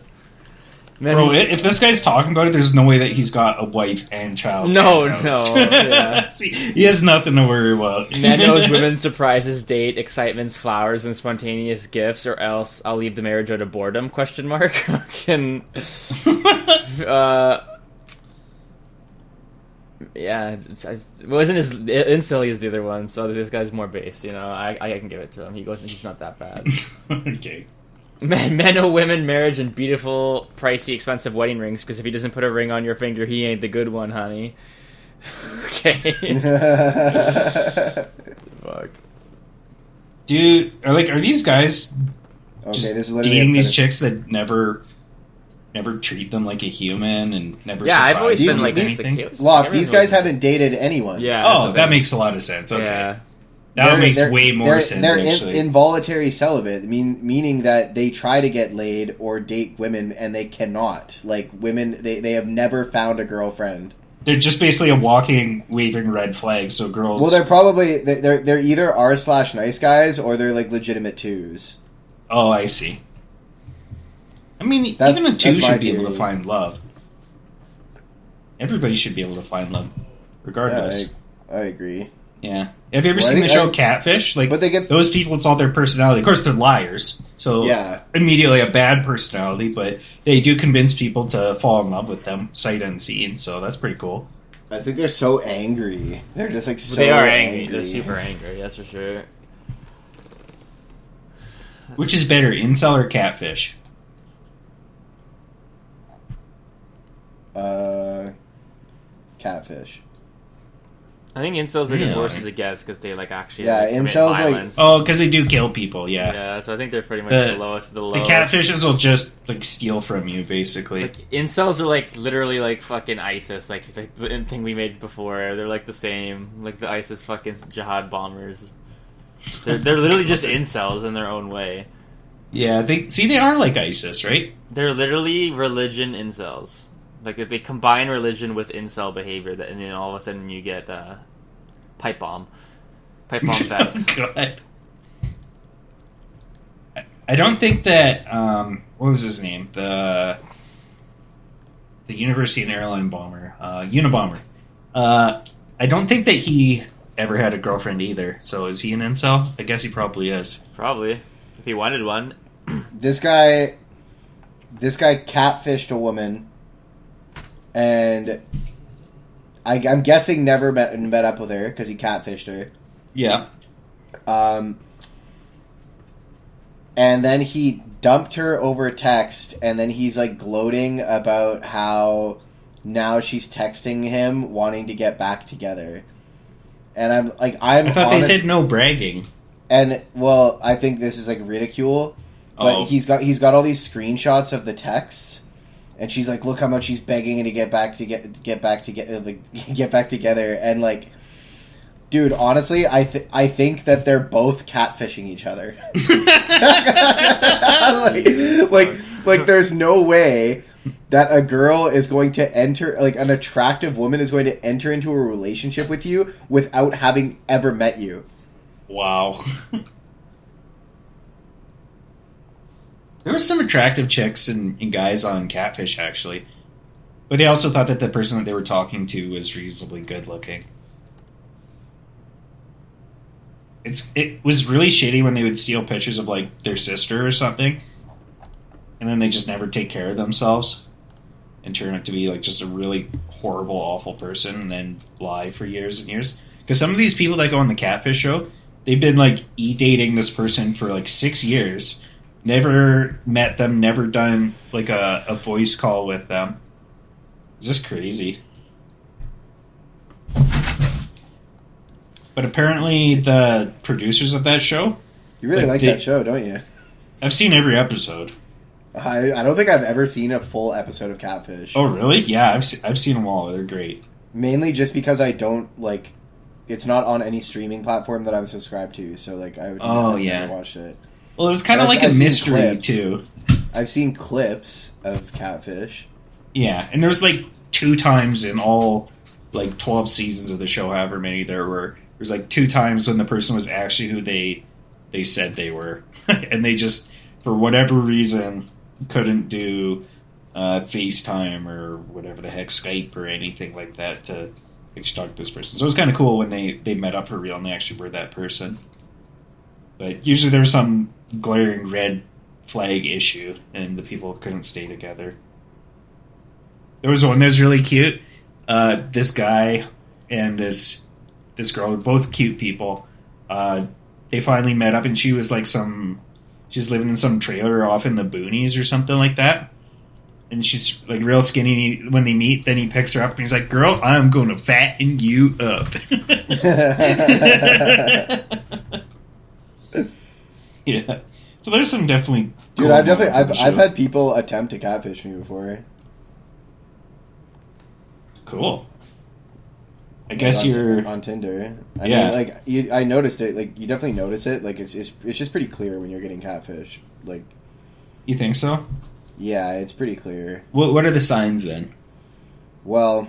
Speaker 2: men.
Speaker 3: Bro, i- if this guy's talking about it, there's no way that he's got a wife and child.
Speaker 2: No,
Speaker 3: and house.
Speaker 2: no, yeah.
Speaker 3: See, he has nothing to worry about.
Speaker 2: Men owes women surprises, date, excitements, flowers, and spontaneous gifts, or else I'll leave the marriage out of boredom? Question mark. Can uh, yeah, I, I- wasn't as instantly as the other one. So this guy's more base. You know, I I can give it to him. He goes, he's not that bad.
Speaker 3: okay.
Speaker 2: Men, men owe women marriage and beautiful, pricey, expensive wedding rings. Because if he doesn't put a ring on your finger, he ain't the good one, honey. okay.
Speaker 1: okay,
Speaker 2: Fuck.
Speaker 3: Dude, are like, are these guys just
Speaker 1: this is literally
Speaker 3: dating
Speaker 1: a
Speaker 3: these
Speaker 1: pedo-
Speaker 3: chicks that never, never treat them like a human and never?
Speaker 2: Yeah, I've
Speaker 3: surprise
Speaker 2: always
Speaker 3: them
Speaker 2: been
Speaker 1: These-
Speaker 2: like
Speaker 3: with
Speaker 1: these-
Speaker 3: anything?
Speaker 2: the kids-
Speaker 1: Lock,
Speaker 2: everyone
Speaker 1: these guys
Speaker 2: was-
Speaker 1: haven't dated anyone.
Speaker 2: Yeah.
Speaker 3: Oh,
Speaker 2: so
Speaker 3: that
Speaker 2: they-
Speaker 3: makes a lot of sense. Okay,
Speaker 2: Yeah.
Speaker 3: that
Speaker 1: They're-
Speaker 3: makes
Speaker 1: they're-
Speaker 3: way more
Speaker 1: they're-
Speaker 3: sense.
Speaker 1: They're in-
Speaker 3: actually,
Speaker 1: involuntary celibate, mean, meaning that they try to get laid or date women and they cannot. Like women, they, they have never found a girlfriend.
Speaker 3: they're just basically a walking, waving red flag. So girls,
Speaker 1: Well, they're probably they- they're they're either r slash nice guys or they're like legitimate twos.
Speaker 3: Oh, I see. I mean,
Speaker 1: That-
Speaker 3: even a two
Speaker 1: that's my
Speaker 3: should be able to
Speaker 1: theory.
Speaker 3: find love. Everybody should be able to find love,
Speaker 1: Yeah,
Speaker 3: regardless.
Speaker 1: I, I agree.
Speaker 3: Yeah. Have you
Speaker 1: Well,
Speaker 3: ever
Speaker 1: I
Speaker 3: seen the
Speaker 1: think-
Speaker 3: show
Speaker 1: I-
Speaker 3: Catfish? Like,
Speaker 1: But they get
Speaker 3: those people, it's all their personality. Of course, they're liars, so
Speaker 1: yeah.
Speaker 3: immediately a bad personality. But they do convince people to fall in love with them, sight unseen. So that's pretty cool.
Speaker 1: I think they're so angry. They're just like so
Speaker 2: they are angry. They're super angry. That's for sure.
Speaker 3: Which is better, incel or catfish?
Speaker 1: Uh, catfish.
Speaker 2: I think incels are just
Speaker 3: Yeah.
Speaker 2: worse as it gets because they like actually
Speaker 1: Yeah,
Speaker 2: like, commit
Speaker 1: incels, like-
Speaker 2: violence.
Speaker 3: Oh, because they do kill people. Yeah.
Speaker 2: yeah. So I think they're pretty much
Speaker 3: The-
Speaker 2: the, lowest of the
Speaker 3: The
Speaker 2: lowest.
Speaker 3: catfishes will just like steal from you, basically.
Speaker 2: Like incels are like literally like fucking ISIS, like the, the thing we made before. They're like the same, like the ISIS fucking jihad bombers. They're, they're literally just incels in their own way.
Speaker 3: Yeah, they see they are like ISIS, right?
Speaker 2: They're literally religion incels. Like if they combine religion with incel behavior, that and then all of a sudden you get uh, pipe bomb, pipe bomb fest.
Speaker 3: God. I- I don't think that um, what was his name the the University and Airline bomber uh, Unabomber. Uh, I don't think that he ever had a girlfriend either. So is he an incel? I guess he probably is.
Speaker 2: Probably, if he wanted one.
Speaker 1: This guy, this guy catfished a woman, and I, I'm guessing never met met up with her because he catfished her.
Speaker 3: Yeah.
Speaker 1: Um, and then he dumped her over text, and then he's like gloating about how now she's texting him wanting to get back together. And I'm like, I'm.
Speaker 3: I thought
Speaker 1: honest-
Speaker 3: they said no bragging.
Speaker 1: and well, I think this is like ridicule. But
Speaker 3: Oh.
Speaker 1: he's got he's got all these screenshots of the texts, and she's like, "Look how much he's begging to get back to get get back to get like, get back together." And like, dude, honestly, I th- I think that they're both catfishing each other. like, like, like, there's no way that a girl is going to enter, like, an attractive woman is going to enter into a relationship with you without having ever met you.
Speaker 3: Wow. there were some attractive chicks and, and guys on Catfish, actually. But they also thought that the person that they were talking to was reasonably good looking. It's it was really shitty when they would steal pictures of like their sister or something, and then they just never take care of themselves, and turn out to be like just a really horrible, awful person, and then lie for years and years. Because some of these people that go on the Catfish show, they've been like e dating this person for like six years, never met them, never done like a, a voice call with them. It's just crazy. But apparently, the producers of that show,
Speaker 1: You really
Speaker 3: Like,
Speaker 1: like
Speaker 3: did-
Speaker 1: that show, don't you?
Speaker 3: I've seen every episode.
Speaker 1: I, I don't think I've ever seen a full episode of Catfish.
Speaker 3: Oh, really? Yeah, I've, se- I've seen them all. They're great.
Speaker 1: Mainly just because I don't like it's not on any streaming platform that I'm subscribed to, so like I would
Speaker 3: Oh,
Speaker 1: never
Speaker 3: yeah.
Speaker 1: watched it.
Speaker 3: Well, it was kind of
Speaker 1: I've-
Speaker 3: like a
Speaker 1: I've seen
Speaker 3: mystery,
Speaker 1: clips.
Speaker 3: too.
Speaker 1: I've seen clips of Catfish.
Speaker 3: Yeah, and there's like two times in all like twelve seasons of the show, however many there were. There's like two times when the person was actually who they they said they were, and they just for whatever reason couldn't do uh, FaceTime or whatever the heck Skype or anything like that to actually talk to this person. So it was kind of cool when they they met up for real and they actually were that person. But usually there was some glaring red flag issue, and the people couldn't stay together. There was one that was really cute. Uh, this guy and this this girl, both cute people. Uh, they finally met up, and she was like some. She's living in some trailer off in the boonies or something like that. And she's like real skinny. and he- When they meet, then he picks her up and he's like, "Girl, I'm going to fatten you up." yeah. So there's some definitely.
Speaker 1: Dude,
Speaker 3: cool
Speaker 1: I've definitely
Speaker 3: moments in
Speaker 1: I've,
Speaker 3: the
Speaker 1: I've
Speaker 3: show.
Speaker 1: had people attempt to catfish me before.
Speaker 3: cool. I guess
Speaker 1: on,
Speaker 3: you're
Speaker 1: on Tinder. I
Speaker 3: Yeah.
Speaker 1: mean, like you, I noticed it. Like you definitely notice it. Like it's, it's it's just pretty clear when you're getting catfish. Like
Speaker 3: You think so?
Speaker 1: yeah, it's pretty clear.
Speaker 3: What What are the signs then?
Speaker 1: Well,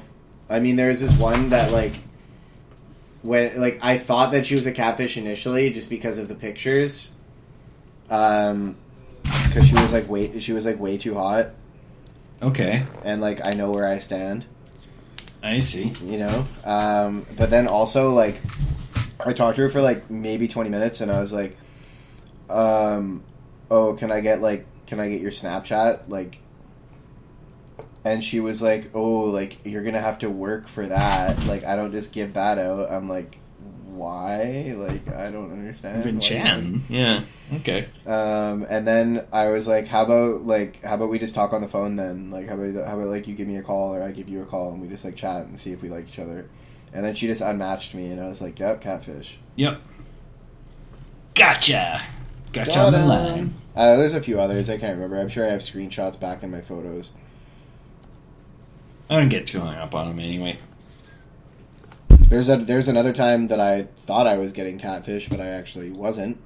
Speaker 1: I mean, there's this one that like when like I thought that she was a catfish initially just because of the pictures, um, because she was like way she was like way too hot,
Speaker 3: Okay,
Speaker 1: and like I know where I stand,
Speaker 3: I see.
Speaker 1: you know. Um, but then also like I talked to her for like maybe twenty minutes, and I was like, um, oh, can I get like can I get your Snapchat like. and she was like, "Oh, like you're gonna have to work for that. Like I don't just give that out." I'm like, "Why? Like I don't understand."
Speaker 3: Even
Speaker 1: Why-
Speaker 3: Chan. Yeah. Okay.
Speaker 1: Um, and then I was like, "How about like how about we just talk on the phone then? Like how about how about like you give me a call or I give you a call and we just like chat and see if we like each other." And then she just unmatched me, and I was like, "Yep, catfish."
Speaker 3: Yep. Gotcha. Gotcha on the
Speaker 1: Ta-da.
Speaker 3: line.
Speaker 1: Uh, there's a few others I can't remember. I'm sure I have screenshots back in my photos.
Speaker 3: I don't get too hung up on him anyway.
Speaker 1: There's a there's another time that I thought I was getting catfish, but I actually wasn't.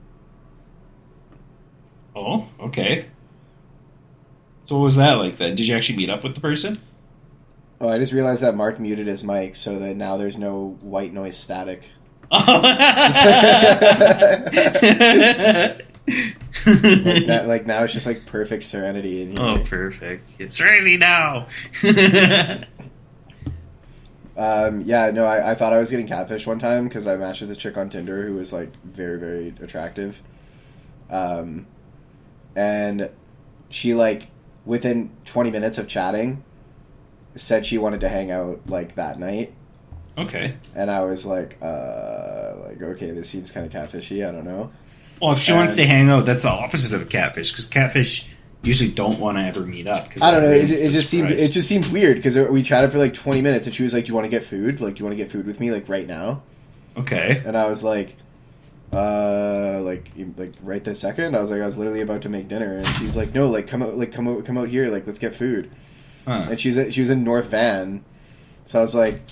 Speaker 3: Oh, okay. So what was that like then? Did you actually meet up with the person?
Speaker 1: Oh, I just realized that Mark muted his mic so that now there's no white noise static. Like, that, like now it's just like perfect serenity in here.
Speaker 3: oh, perfect. It's ready now.
Speaker 1: Um, yeah, no, I, I thought I was getting catfished one time because I matched with this chick on Tinder who was like very, very attractive. Um, and she like within 20 minutes of chatting said she wanted to hang out like that night.
Speaker 3: okay.
Speaker 1: And I was like, uh, like, okay, this seems kind of catfishy. I don't know.
Speaker 3: Well, if she wants to hang out, that's the opposite of a catfish because catfish usually don't want to ever meet up. Cause
Speaker 1: I don't
Speaker 3: that
Speaker 1: know. It,
Speaker 3: ruins
Speaker 1: ju- it
Speaker 3: the
Speaker 1: just seemed
Speaker 3: surprise.
Speaker 1: it just seemed weird because we chatted for like 20 minutes and she was like, "Do you want to get food? Like, do you want to get food with me? Like right now?"
Speaker 3: okay.
Speaker 1: and I was like, uh, like you- like right this second. I was like, I was literally about to make dinner, and she's like, no, like come out, like come out, come out here, like let's get food.
Speaker 3: Huh.
Speaker 1: And she's she was in North Van, so I was like,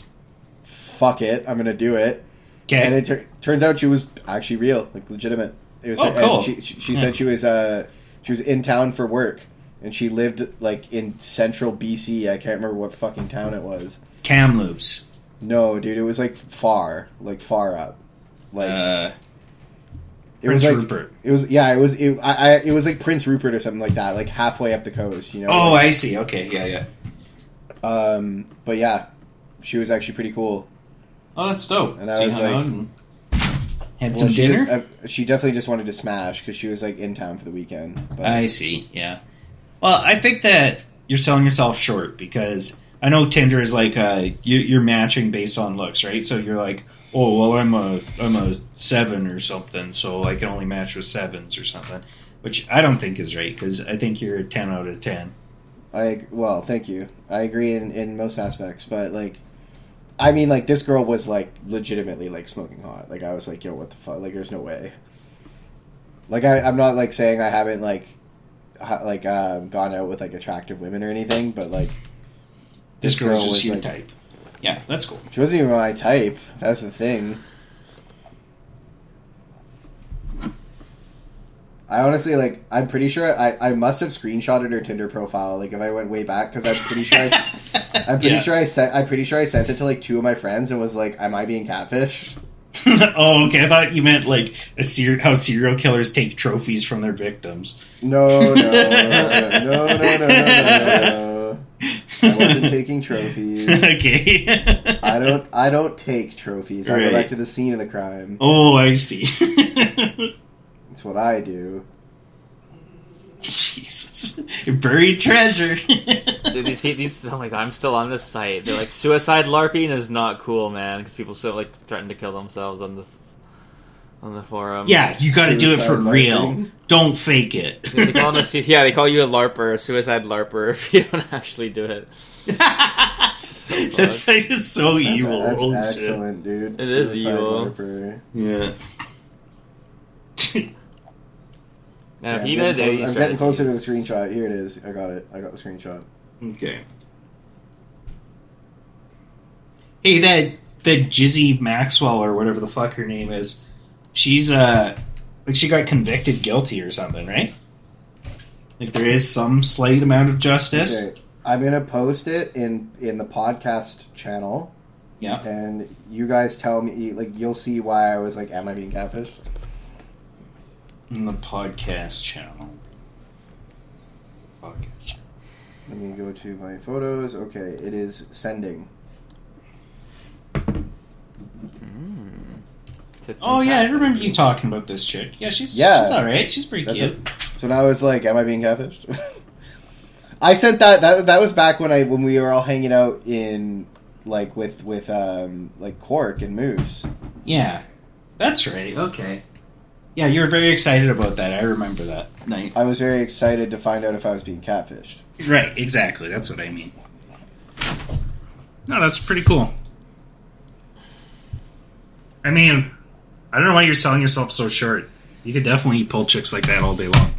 Speaker 1: fuck it, I'm gonna do it.
Speaker 3: Okay.
Speaker 1: And it tur- turns out she was actually real, like legitimate. It was
Speaker 3: Oh,
Speaker 1: her- and
Speaker 3: cool. Hmm.
Speaker 1: she she, she
Speaker 3: Yeah.
Speaker 1: said she was uh she was in town for work. And she lived like in central BC. I can't remember what fucking town it was.
Speaker 3: Kamloops.
Speaker 1: No, dude, it was like far, like far up, like
Speaker 3: Uh,
Speaker 1: it was
Speaker 3: Prince
Speaker 1: like
Speaker 3: Rupert.
Speaker 1: It was yeah. It was it, I, I, it was like Prince Rupert or something like that, like halfway up the coast, you know.
Speaker 3: Oh, I see. Okay. Yeah, yeah.
Speaker 1: um, but yeah, she was actually pretty cool.
Speaker 3: Oh, that's dope.
Speaker 1: And I
Speaker 3: So you
Speaker 1: was
Speaker 3: hung
Speaker 1: like-
Speaker 3: out and had
Speaker 1: Well,
Speaker 3: some
Speaker 1: she
Speaker 3: dinner.
Speaker 1: did- uh, she definitely just wanted to smash because she was like in town for the weekend. But
Speaker 3: I see. Yeah. Well, I think that you're selling yourself short because I know Tinder is like uh, you, you're matching based on looks, right? So you're like, oh, well, I'm a I'm a seven or something, so I can only match with sevens or something, which I don't think is right because I think you're a ten out of ten.
Speaker 1: I well, thank you. I agree in in most aspects, but like, I mean, like this girl was like legitimately like smoking hot. Like I was like, yo, what the fuck? Like, there's no way. Like I, I'm not like saying I haven't like, ha- like um, gone out with like attractive women or anything, but like.
Speaker 3: This, girl's
Speaker 1: girl
Speaker 3: just
Speaker 1: was
Speaker 3: your
Speaker 1: like-
Speaker 3: type. Yeah, that's cool.
Speaker 1: She wasn't even my type. That's the thing. I honestly like. I'm pretty sure I, I must have screenshotted her Tinder profile. Like if I went way back, because I'm pretty sure I, s- I'm pretty
Speaker 3: Yeah.
Speaker 1: sure I sent I'm pretty sure I sent it to like two of my friends and was like, "Am I being catfished?"
Speaker 3: oh, okay. I thought you meant like a ser- how serial killers take trophies from their victims.
Speaker 1: No, no, no, no, no, no, no, no, no. I wasn't taking trophies.
Speaker 3: okay.
Speaker 1: I don't. I don't take trophies. I go
Speaker 3: Right.
Speaker 1: back to the scene of the crime.
Speaker 3: Oh, I see.
Speaker 1: That's what I do.
Speaker 3: Jesus. Buried treasure.
Speaker 2: Dude, these, these, oh my god, I'm still on this site. They're like, suicide LARPing is not cool, man, because people still like threaten to kill themselves on the on the forum.
Speaker 3: yeah, you gotta do it for
Speaker 1: Suicide
Speaker 3: real.
Speaker 1: LARPing.
Speaker 3: Don't fake it.
Speaker 2: They call them a su- yeah, they call you a LARPer, a suicide LARPer, if you don't actually do it.
Speaker 3: That's like so
Speaker 1: That's,
Speaker 3: evil.
Speaker 1: that's
Speaker 3: Holy shit.
Speaker 1: excellent, dude.
Speaker 2: It is evil.
Speaker 1: LARPer.
Speaker 3: Yeah.
Speaker 2: And
Speaker 1: Yeah,
Speaker 2: if
Speaker 1: I'm,
Speaker 2: you
Speaker 1: getting
Speaker 2: know dating
Speaker 1: close- I'm getting closer to the
Speaker 2: strategies-
Speaker 1: screenshot. Here it is. I got it. I got the screenshot.
Speaker 3: okay. Hey, that that Jizzy Maxwell or whatever the fuck her name is, she's uh, like she got convicted guilty or something, right? Like there is some slight amount of justice.
Speaker 1: Okay. I'm gonna post it in in the podcast channel,
Speaker 3: Yeah.
Speaker 1: and you guys tell me like you'll see why I was like, "Am I being catfished?"
Speaker 3: In the podcast channel. Podcast channel.
Speaker 1: Let me go to my photos. Okay, it is sending.
Speaker 2: Hmm. Tits and
Speaker 3: Oh yeah, I
Speaker 2: cock.
Speaker 3: remember you talking about this chick. Yeah, she's
Speaker 1: Yeah.
Speaker 3: she's all right. She's pretty
Speaker 1: That's
Speaker 3: cute.
Speaker 1: So now I was like, "Am I being catfished?" I sent that, that. That was back when I when we were all hanging out in like with with um like Quark and Moose.
Speaker 3: Yeah, that's right. Okay. Yeah, you were very excited about that. I remember that night.
Speaker 1: I was very excited to find out if I was being catfished.
Speaker 3: Right, exactly. That's what I mean. No, that's pretty cool. I mean, I don't know why you're selling yourself so short. You could definitely pull chicks like that all day long.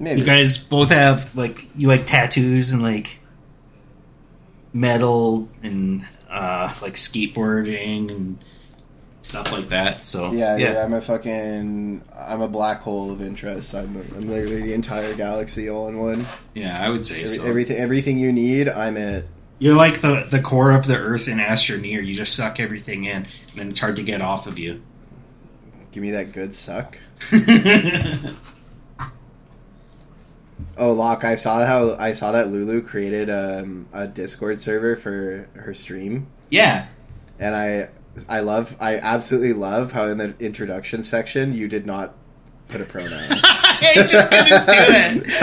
Speaker 1: Maybe.
Speaker 3: You guys both have like you like tattoos and like metal and uh like skateboarding and stuff like that. So
Speaker 1: Yeah, yeah, I'm a fucking, I'm a black hole of interest. I'm, I'm literally the entire galaxy all in one.
Speaker 3: Yeah, I would say
Speaker 1: Every,
Speaker 3: so.
Speaker 1: everything, everything you need, I'm it.
Speaker 3: You're like the the core of the Earth in Astroneer. You just suck everything in, and then it's hard to get off of you.
Speaker 1: Give me that good suck. Oh, Locke, I saw how I saw that Lulu created um, a Discord server for her stream,
Speaker 3: yeah,
Speaker 1: and I, I love, I absolutely love how in the introduction section you did not put a pronoun.
Speaker 3: I just couldn't do it.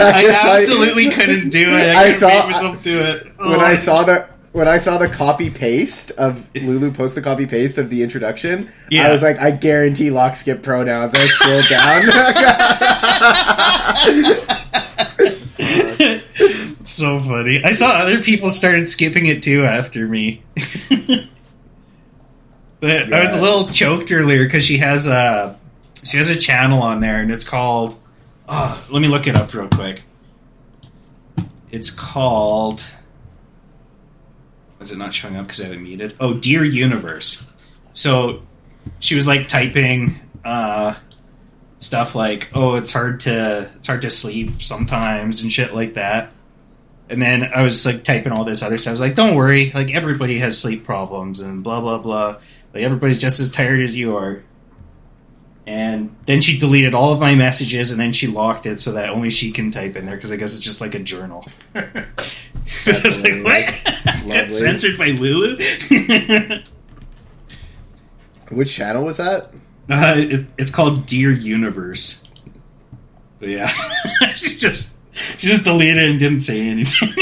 Speaker 1: I
Speaker 3: I
Speaker 1: was like-
Speaker 3: absolutely couldn't do it. I,
Speaker 1: I
Speaker 3: couldn't
Speaker 1: saw-
Speaker 3: make myself do it.
Speaker 1: when
Speaker 3: Oh,
Speaker 1: I saw the when I saw the copy paste of Lulu post the copy paste of the introduction,
Speaker 3: Yeah.
Speaker 1: I was like, I guarantee lock skip pronouns. I scrolled down.
Speaker 3: It's so funny. I saw other people started skipping it too after me. but I was a
Speaker 1: Yeah.
Speaker 3: little choked earlier because she has a she has a channel on there and it's called. Oh, let me look it up real quick. It's called. Was it not showing up because I have it muted? Oh, dear universe. So she was like typing uh, stuff like, "Oh, it's hard to it's hard to sleep sometimes" and shit like that. And then I was like typing all this other stuff. I was like, "Don't worry, like everybody has sleep problems and blah blah blah. Like everybody's just as tired as you are." And then she deleted all of my messages and then she locked it so that only she can type in there because I guess it's just like a journal. I was like, what?
Speaker 1: Lovely.
Speaker 3: Got censored by Lulu?
Speaker 1: Which channel was that?
Speaker 3: Uh, it, it's called Dear Universe. But yeah, she just she just deleted it and didn't say anything.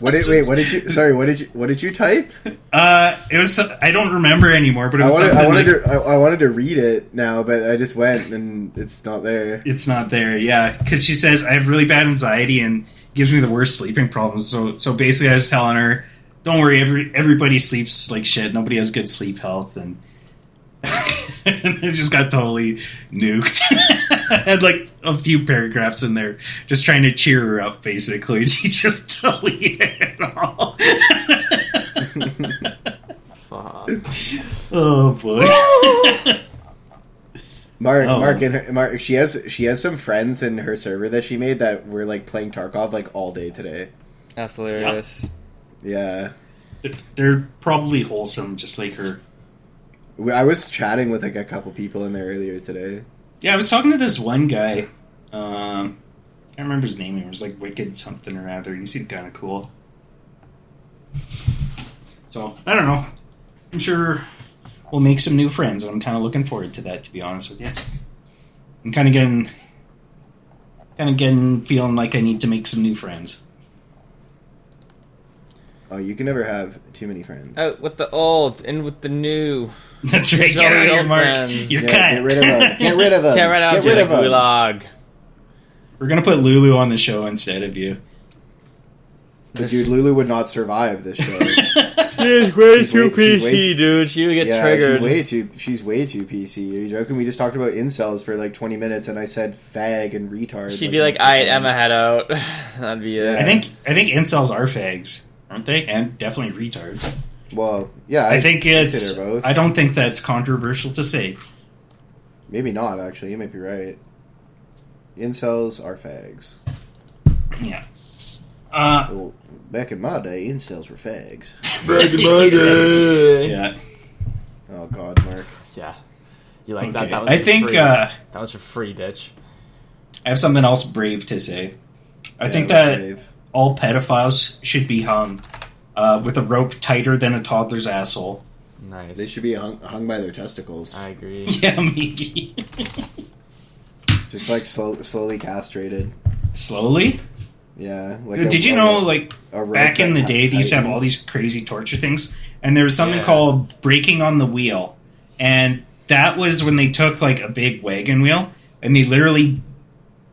Speaker 1: What did wait? What did you? Sorry, what did you? What did you type?
Speaker 3: Uh, it was I don't remember anymore, but it
Speaker 1: I
Speaker 3: was
Speaker 1: wanted,
Speaker 3: something
Speaker 1: I wanted
Speaker 3: like,
Speaker 1: to, I, I wanted to read it now, but I just went and it's not there.
Speaker 3: it's not there. Yeah, because she says I have really bad anxiety and gives me the worst sleeping problems. So so basically, I was telling her, don't worry, every everybody sleeps like shit. Nobody has good sleep health, and, and I just got totally nuked. I had like a few paragraphs in there, just trying to cheer her up. Basically, she just deleted it all.
Speaker 2: Fuck.
Speaker 3: oh boy.
Speaker 1: Mark,
Speaker 3: Oh.
Speaker 1: Mark, and her, Mark. She has she has some friends in her server that she made that were like playing Tarkov like all day today.
Speaker 2: That's hilarious.
Speaker 1: Yeah.
Speaker 3: They're probably wholesome, just like her.
Speaker 1: We- I was chatting with like a couple people in there earlier today.
Speaker 3: Yeah, I was talking to this one guy. Um, I can't remember his name. It was like Wicked something or other. He seemed kind of cool. So I don't know. I'm sure we'll make some new friends, and I'm kind of looking forward to that. To be honest with you, I'm kind of getting, kind of getting feeling like I need to make some new friends.
Speaker 1: Oh, you can never have too many friends.
Speaker 2: Out Oh, with the old, in with the new.
Speaker 3: That's right.
Speaker 2: Show
Speaker 3: Get out
Speaker 2: me
Speaker 3: of here,
Speaker 2: old
Speaker 3: Mark.
Speaker 2: friends.
Speaker 3: You're
Speaker 1: yeah,
Speaker 3: cut.
Speaker 1: get rid of them. Get rid of them.
Speaker 2: Get right out
Speaker 1: Get
Speaker 2: to
Speaker 1: rid
Speaker 2: the
Speaker 1: of them.
Speaker 2: gulag.
Speaker 3: We're gonna put Lulu on the show instead of you.
Speaker 1: But dude, Lulu would not survive this show.
Speaker 2: She's way
Speaker 1: She's way- too she's way PC,
Speaker 2: dude. She would get
Speaker 1: yeah, she's way too. She's way too PC. Are you joking? We just talked about incels for like twenty minutes, and I said fag and retard.
Speaker 2: She'd be like, "All right, Emma, head out." That'd be it.
Speaker 1: Yeah.
Speaker 3: I think I think incels are fags, aren't they? And definitely retards.
Speaker 1: Well, yeah,
Speaker 3: I, think it's.
Speaker 1: consider both.
Speaker 3: I don't think that's controversial to say.
Speaker 1: Maybe not. Actually, you might be right. Incels are fags.
Speaker 3: Yeah. Uh,
Speaker 1: Well, back in my day, incels were fags.
Speaker 4: Back in my day.
Speaker 3: yeah.
Speaker 1: Oh God, Mark.
Speaker 2: Yeah. You like
Speaker 3: Okay.
Speaker 2: that? That was
Speaker 3: I
Speaker 2: for
Speaker 3: think
Speaker 2: free.
Speaker 3: uh,
Speaker 2: that was for free, bitch.
Speaker 3: I have something else brave to say. I
Speaker 1: Yeah, it
Speaker 3: think
Speaker 1: was
Speaker 3: that
Speaker 1: brave.
Speaker 3: all pedophiles should be hung uh, with a rope tighter than a toddler's asshole.
Speaker 2: Nice.
Speaker 1: they should be hung, hung by their testicles,
Speaker 3: Ah.
Speaker 2: I agree.
Speaker 3: Yeah, maybe.
Speaker 1: just like slow, slowly castrated.
Speaker 3: Slowly.
Speaker 1: Yeah. Like a-
Speaker 3: Did you
Speaker 1: like
Speaker 3: know,
Speaker 1: a-
Speaker 3: like
Speaker 1: a rope
Speaker 3: back in the
Speaker 1: that
Speaker 3: day, they used to have all
Speaker 1: tightens?
Speaker 3: these crazy torture things, and there was something
Speaker 2: Yeah.
Speaker 3: called breaking on the wheel, and that was when they took like a big wagon wheel and they literally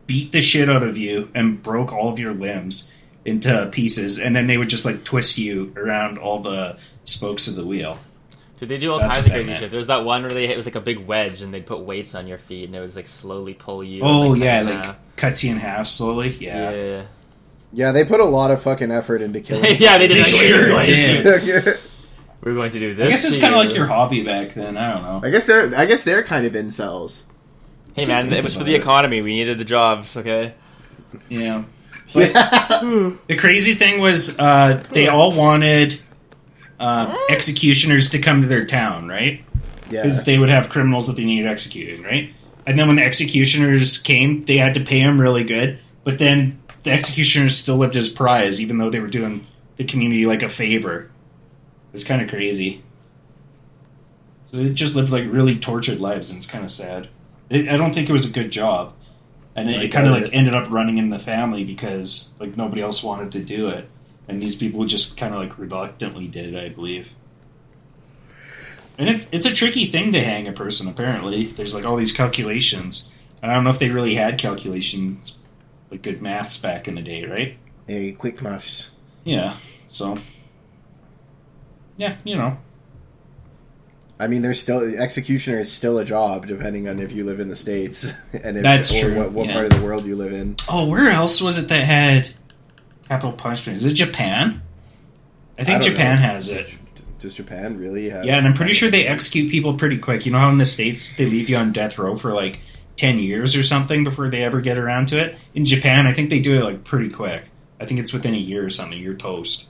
Speaker 3: beat the shit out of you and broke all of your limbs into pieces, and then they would just like twist you around all the spokes of the wheel.
Speaker 2: Dude, they do all
Speaker 3: That's
Speaker 2: kinds of
Speaker 3: what that
Speaker 2: crazy
Speaker 3: meant.
Speaker 2: shit. There's that one where they it was like a big wedge and they'd put weights on your feet and it was like slowly pull you. and,
Speaker 3: oh
Speaker 2: like,
Speaker 3: yeah,
Speaker 2: cut in
Speaker 3: like
Speaker 2: half.
Speaker 3: cuts you in half slowly. Yeah,
Speaker 2: yeah,
Speaker 1: Yeah, they put a lot of fucking effort into killing.
Speaker 2: yeah. they did.
Speaker 3: They
Speaker 2: like,
Speaker 3: sure
Speaker 2: weights.
Speaker 3: did.
Speaker 1: Yeah.
Speaker 2: We're going to do this.
Speaker 3: I guess it's
Speaker 2: to
Speaker 3: kind of
Speaker 2: you.
Speaker 3: like your hobby back then. I don't know.
Speaker 1: I guess they're I guess they're kind of incels.
Speaker 2: Hey man, it was for the economy. We needed the jobs. Okay.
Speaker 3: Yeah.
Speaker 1: Yeah.
Speaker 3: The crazy thing was uh, they all wanted uh, executioners to come to their town, right?
Speaker 1: yeah.
Speaker 3: Because they would have criminals that they needed executed, right? And then when the executioners came, they had to pay him really good. But then the executioners still lived as prize, even though they were doing the community like a favor. It's kind of crazy. So they just lived like really tortured lives, and it's kind of sad. It, I don't think it was a good job, and it,
Speaker 1: I
Speaker 3: it kind of
Speaker 1: doubt
Speaker 3: like
Speaker 1: it.
Speaker 3: ended up running in the family because like nobody else wanted to do it, and these people just kind of like reluctantly did it, I believe. And it's it's a tricky thing to hang a person. Apparently, there's like all these calculations. And I don't know if they really had calculations, like good maths back in the day, right?
Speaker 1: Hey, quick muffs.
Speaker 3: Yeah. So. Yeah, you know.
Speaker 1: I mean, there's still executioner is still a job, depending on if you live in the states and if
Speaker 3: That's
Speaker 1: or
Speaker 3: true,
Speaker 1: what, what
Speaker 3: yeah.
Speaker 1: part of the world you live in.
Speaker 3: Oh, where else was it that had capital punishment? Is it Japan? I think
Speaker 1: I don't
Speaker 3: Japan
Speaker 1: know.
Speaker 3: has it.
Speaker 1: Does Japan really have?
Speaker 3: Yeah, and I'm pretty sure they execute people pretty quick. You know how in the States they leave you on death row for like 10 years or something before they ever get around to it? In Japan, I think they do it like pretty quick. I think it's within a year or something. You're toast.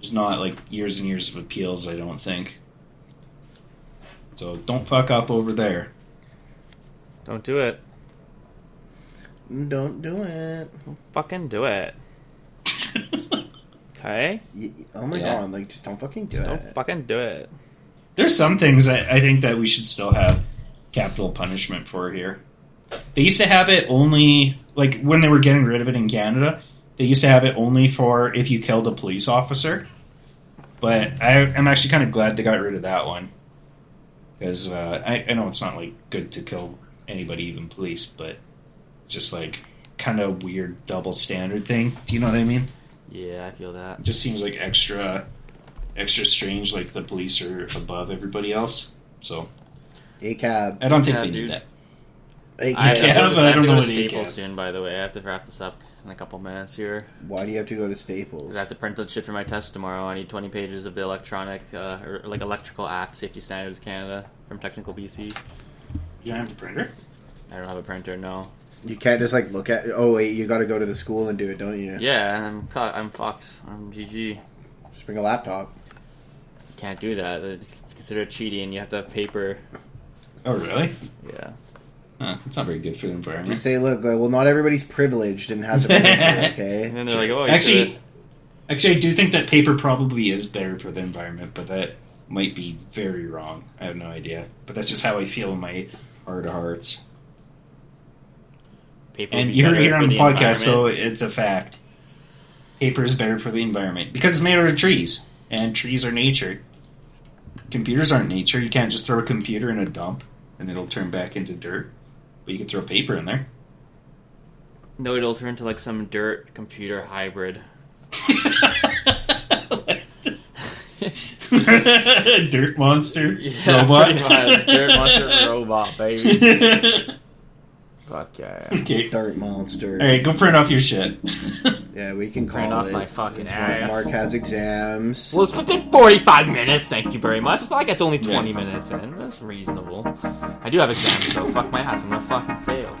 Speaker 3: There's not like years and years of appeals, I don't think. So don't fuck up over there.
Speaker 2: Don't do it.
Speaker 1: Mm, Don't do it.
Speaker 2: Fucking do it. Okay.
Speaker 1: Y- Oh my
Speaker 3: Yeah.
Speaker 1: god! Like, just don't fucking do
Speaker 2: Don't
Speaker 1: it.
Speaker 2: fucking do it.
Speaker 3: There's some things that I think that we should still have capital punishment for here. They used to have it only like when they were getting rid of it in Canada. They used to have it only for if you killed a police officer. But I, I'm actually kind of glad they got rid of that one because uh, I, I know it's not like good to kill anybody, even police, but it's just like kind of weird double standard thing. Do you know what I mean?
Speaker 2: Yeah, I feel that.
Speaker 3: It just seems like extra extra strange like the police are above everybody else so
Speaker 1: A cab.
Speaker 3: i don't think
Speaker 2: Yeah,
Speaker 3: they need
Speaker 2: dude.
Speaker 3: that
Speaker 1: A
Speaker 2: I have,
Speaker 1: cab.
Speaker 3: Yeah,
Speaker 2: to, go to- I
Speaker 3: but I
Speaker 2: have to
Speaker 3: don't
Speaker 2: go
Speaker 3: know
Speaker 2: to
Speaker 3: what you
Speaker 2: Staples
Speaker 3: get.
Speaker 2: soon, by the way. I have to wrap this up in a couple minutes here.
Speaker 1: Why do you have to go to
Speaker 2: 'Cause
Speaker 1: Staples?
Speaker 2: I have to print out shit for my test tomorrow. I need 20 pages of the Electronic, uh, or like Electrical Act Safety Standards Canada from Technical BC.
Speaker 3: you don't have a printer
Speaker 2: I don't have a printer, no.
Speaker 1: You can't just like look at. Oh wait, you got to go to the school and do it, don't you?
Speaker 2: Yeah, I'm caught. I'm fucked. I'm GG. You
Speaker 1: Just bring a laptop.
Speaker 3: Mm-hmm.
Speaker 2: can't do that. That's considered cheating. You have to have paper.
Speaker 3: oh really
Speaker 2: Yeah.
Speaker 3: huh, it's not very good for the environment
Speaker 1: Just say, look, uh, well, not everybody's privileged and has a printer,
Speaker 2: And
Speaker 1: okay?
Speaker 2: then they're like, oh, you
Speaker 3: Actually-
Speaker 2: should've-
Speaker 3: actually i do think that paper probably is better for the environment but that might be very wrong i have no idea but that's just how i feel in my heart of hearts
Speaker 2: paper. would
Speaker 3: and
Speaker 2: be
Speaker 3: you're
Speaker 2: better
Speaker 3: here
Speaker 2: for
Speaker 3: on the podcast so
Speaker 2: environment.
Speaker 3: it's a fact paper is better for the environment because it's made out of trees and trees are nature computers aren't nature you can't just throw a computer in a dump and it'll turn back into dirt but you can throw paper in there
Speaker 2: No, it'll turn into like some dirt computer hybrid.
Speaker 3: dirt monster
Speaker 2: Yeah,
Speaker 3: robot.
Speaker 2: pretty much. Dirt monster robot, baby. Fuck yeah.
Speaker 3: okay.
Speaker 1: Dirt monster.
Speaker 3: All right, go print off your shit.
Speaker 1: Yeah, we can call
Speaker 2: Print off
Speaker 1: it.
Speaker 2: my fucking
Speaker 1: That's why
Speaker 2: ass.
Speaker 1: Mark has exams.
Speaker 2: Well, it's fucking 45 minutes, thank you very much. It's not like it's only 20
Speaker 3: Yeah.
Speaker 2: minutes in. That's reasonable. I do have exams, so fuck my ass. I'm gonna fucking fail.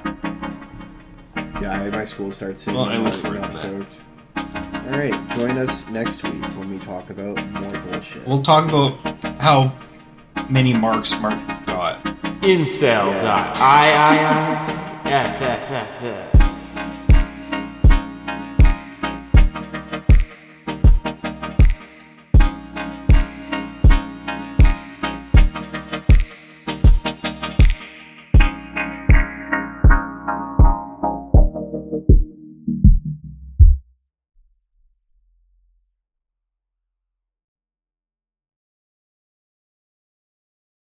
Speaker 1: Yeah, my school starts soon.
Speaker 3: Well, I look
Speaker 1: I'm
Speaker 3: forward
Speaker 1: not
Speaker 3: to that.
Speaker 1: stoked. All right, join us next week when we talk about more bullshit.
Speaker 3: we'll talk about how many marks Mark got.
Speaker 2: Incel dot I I I S S S S.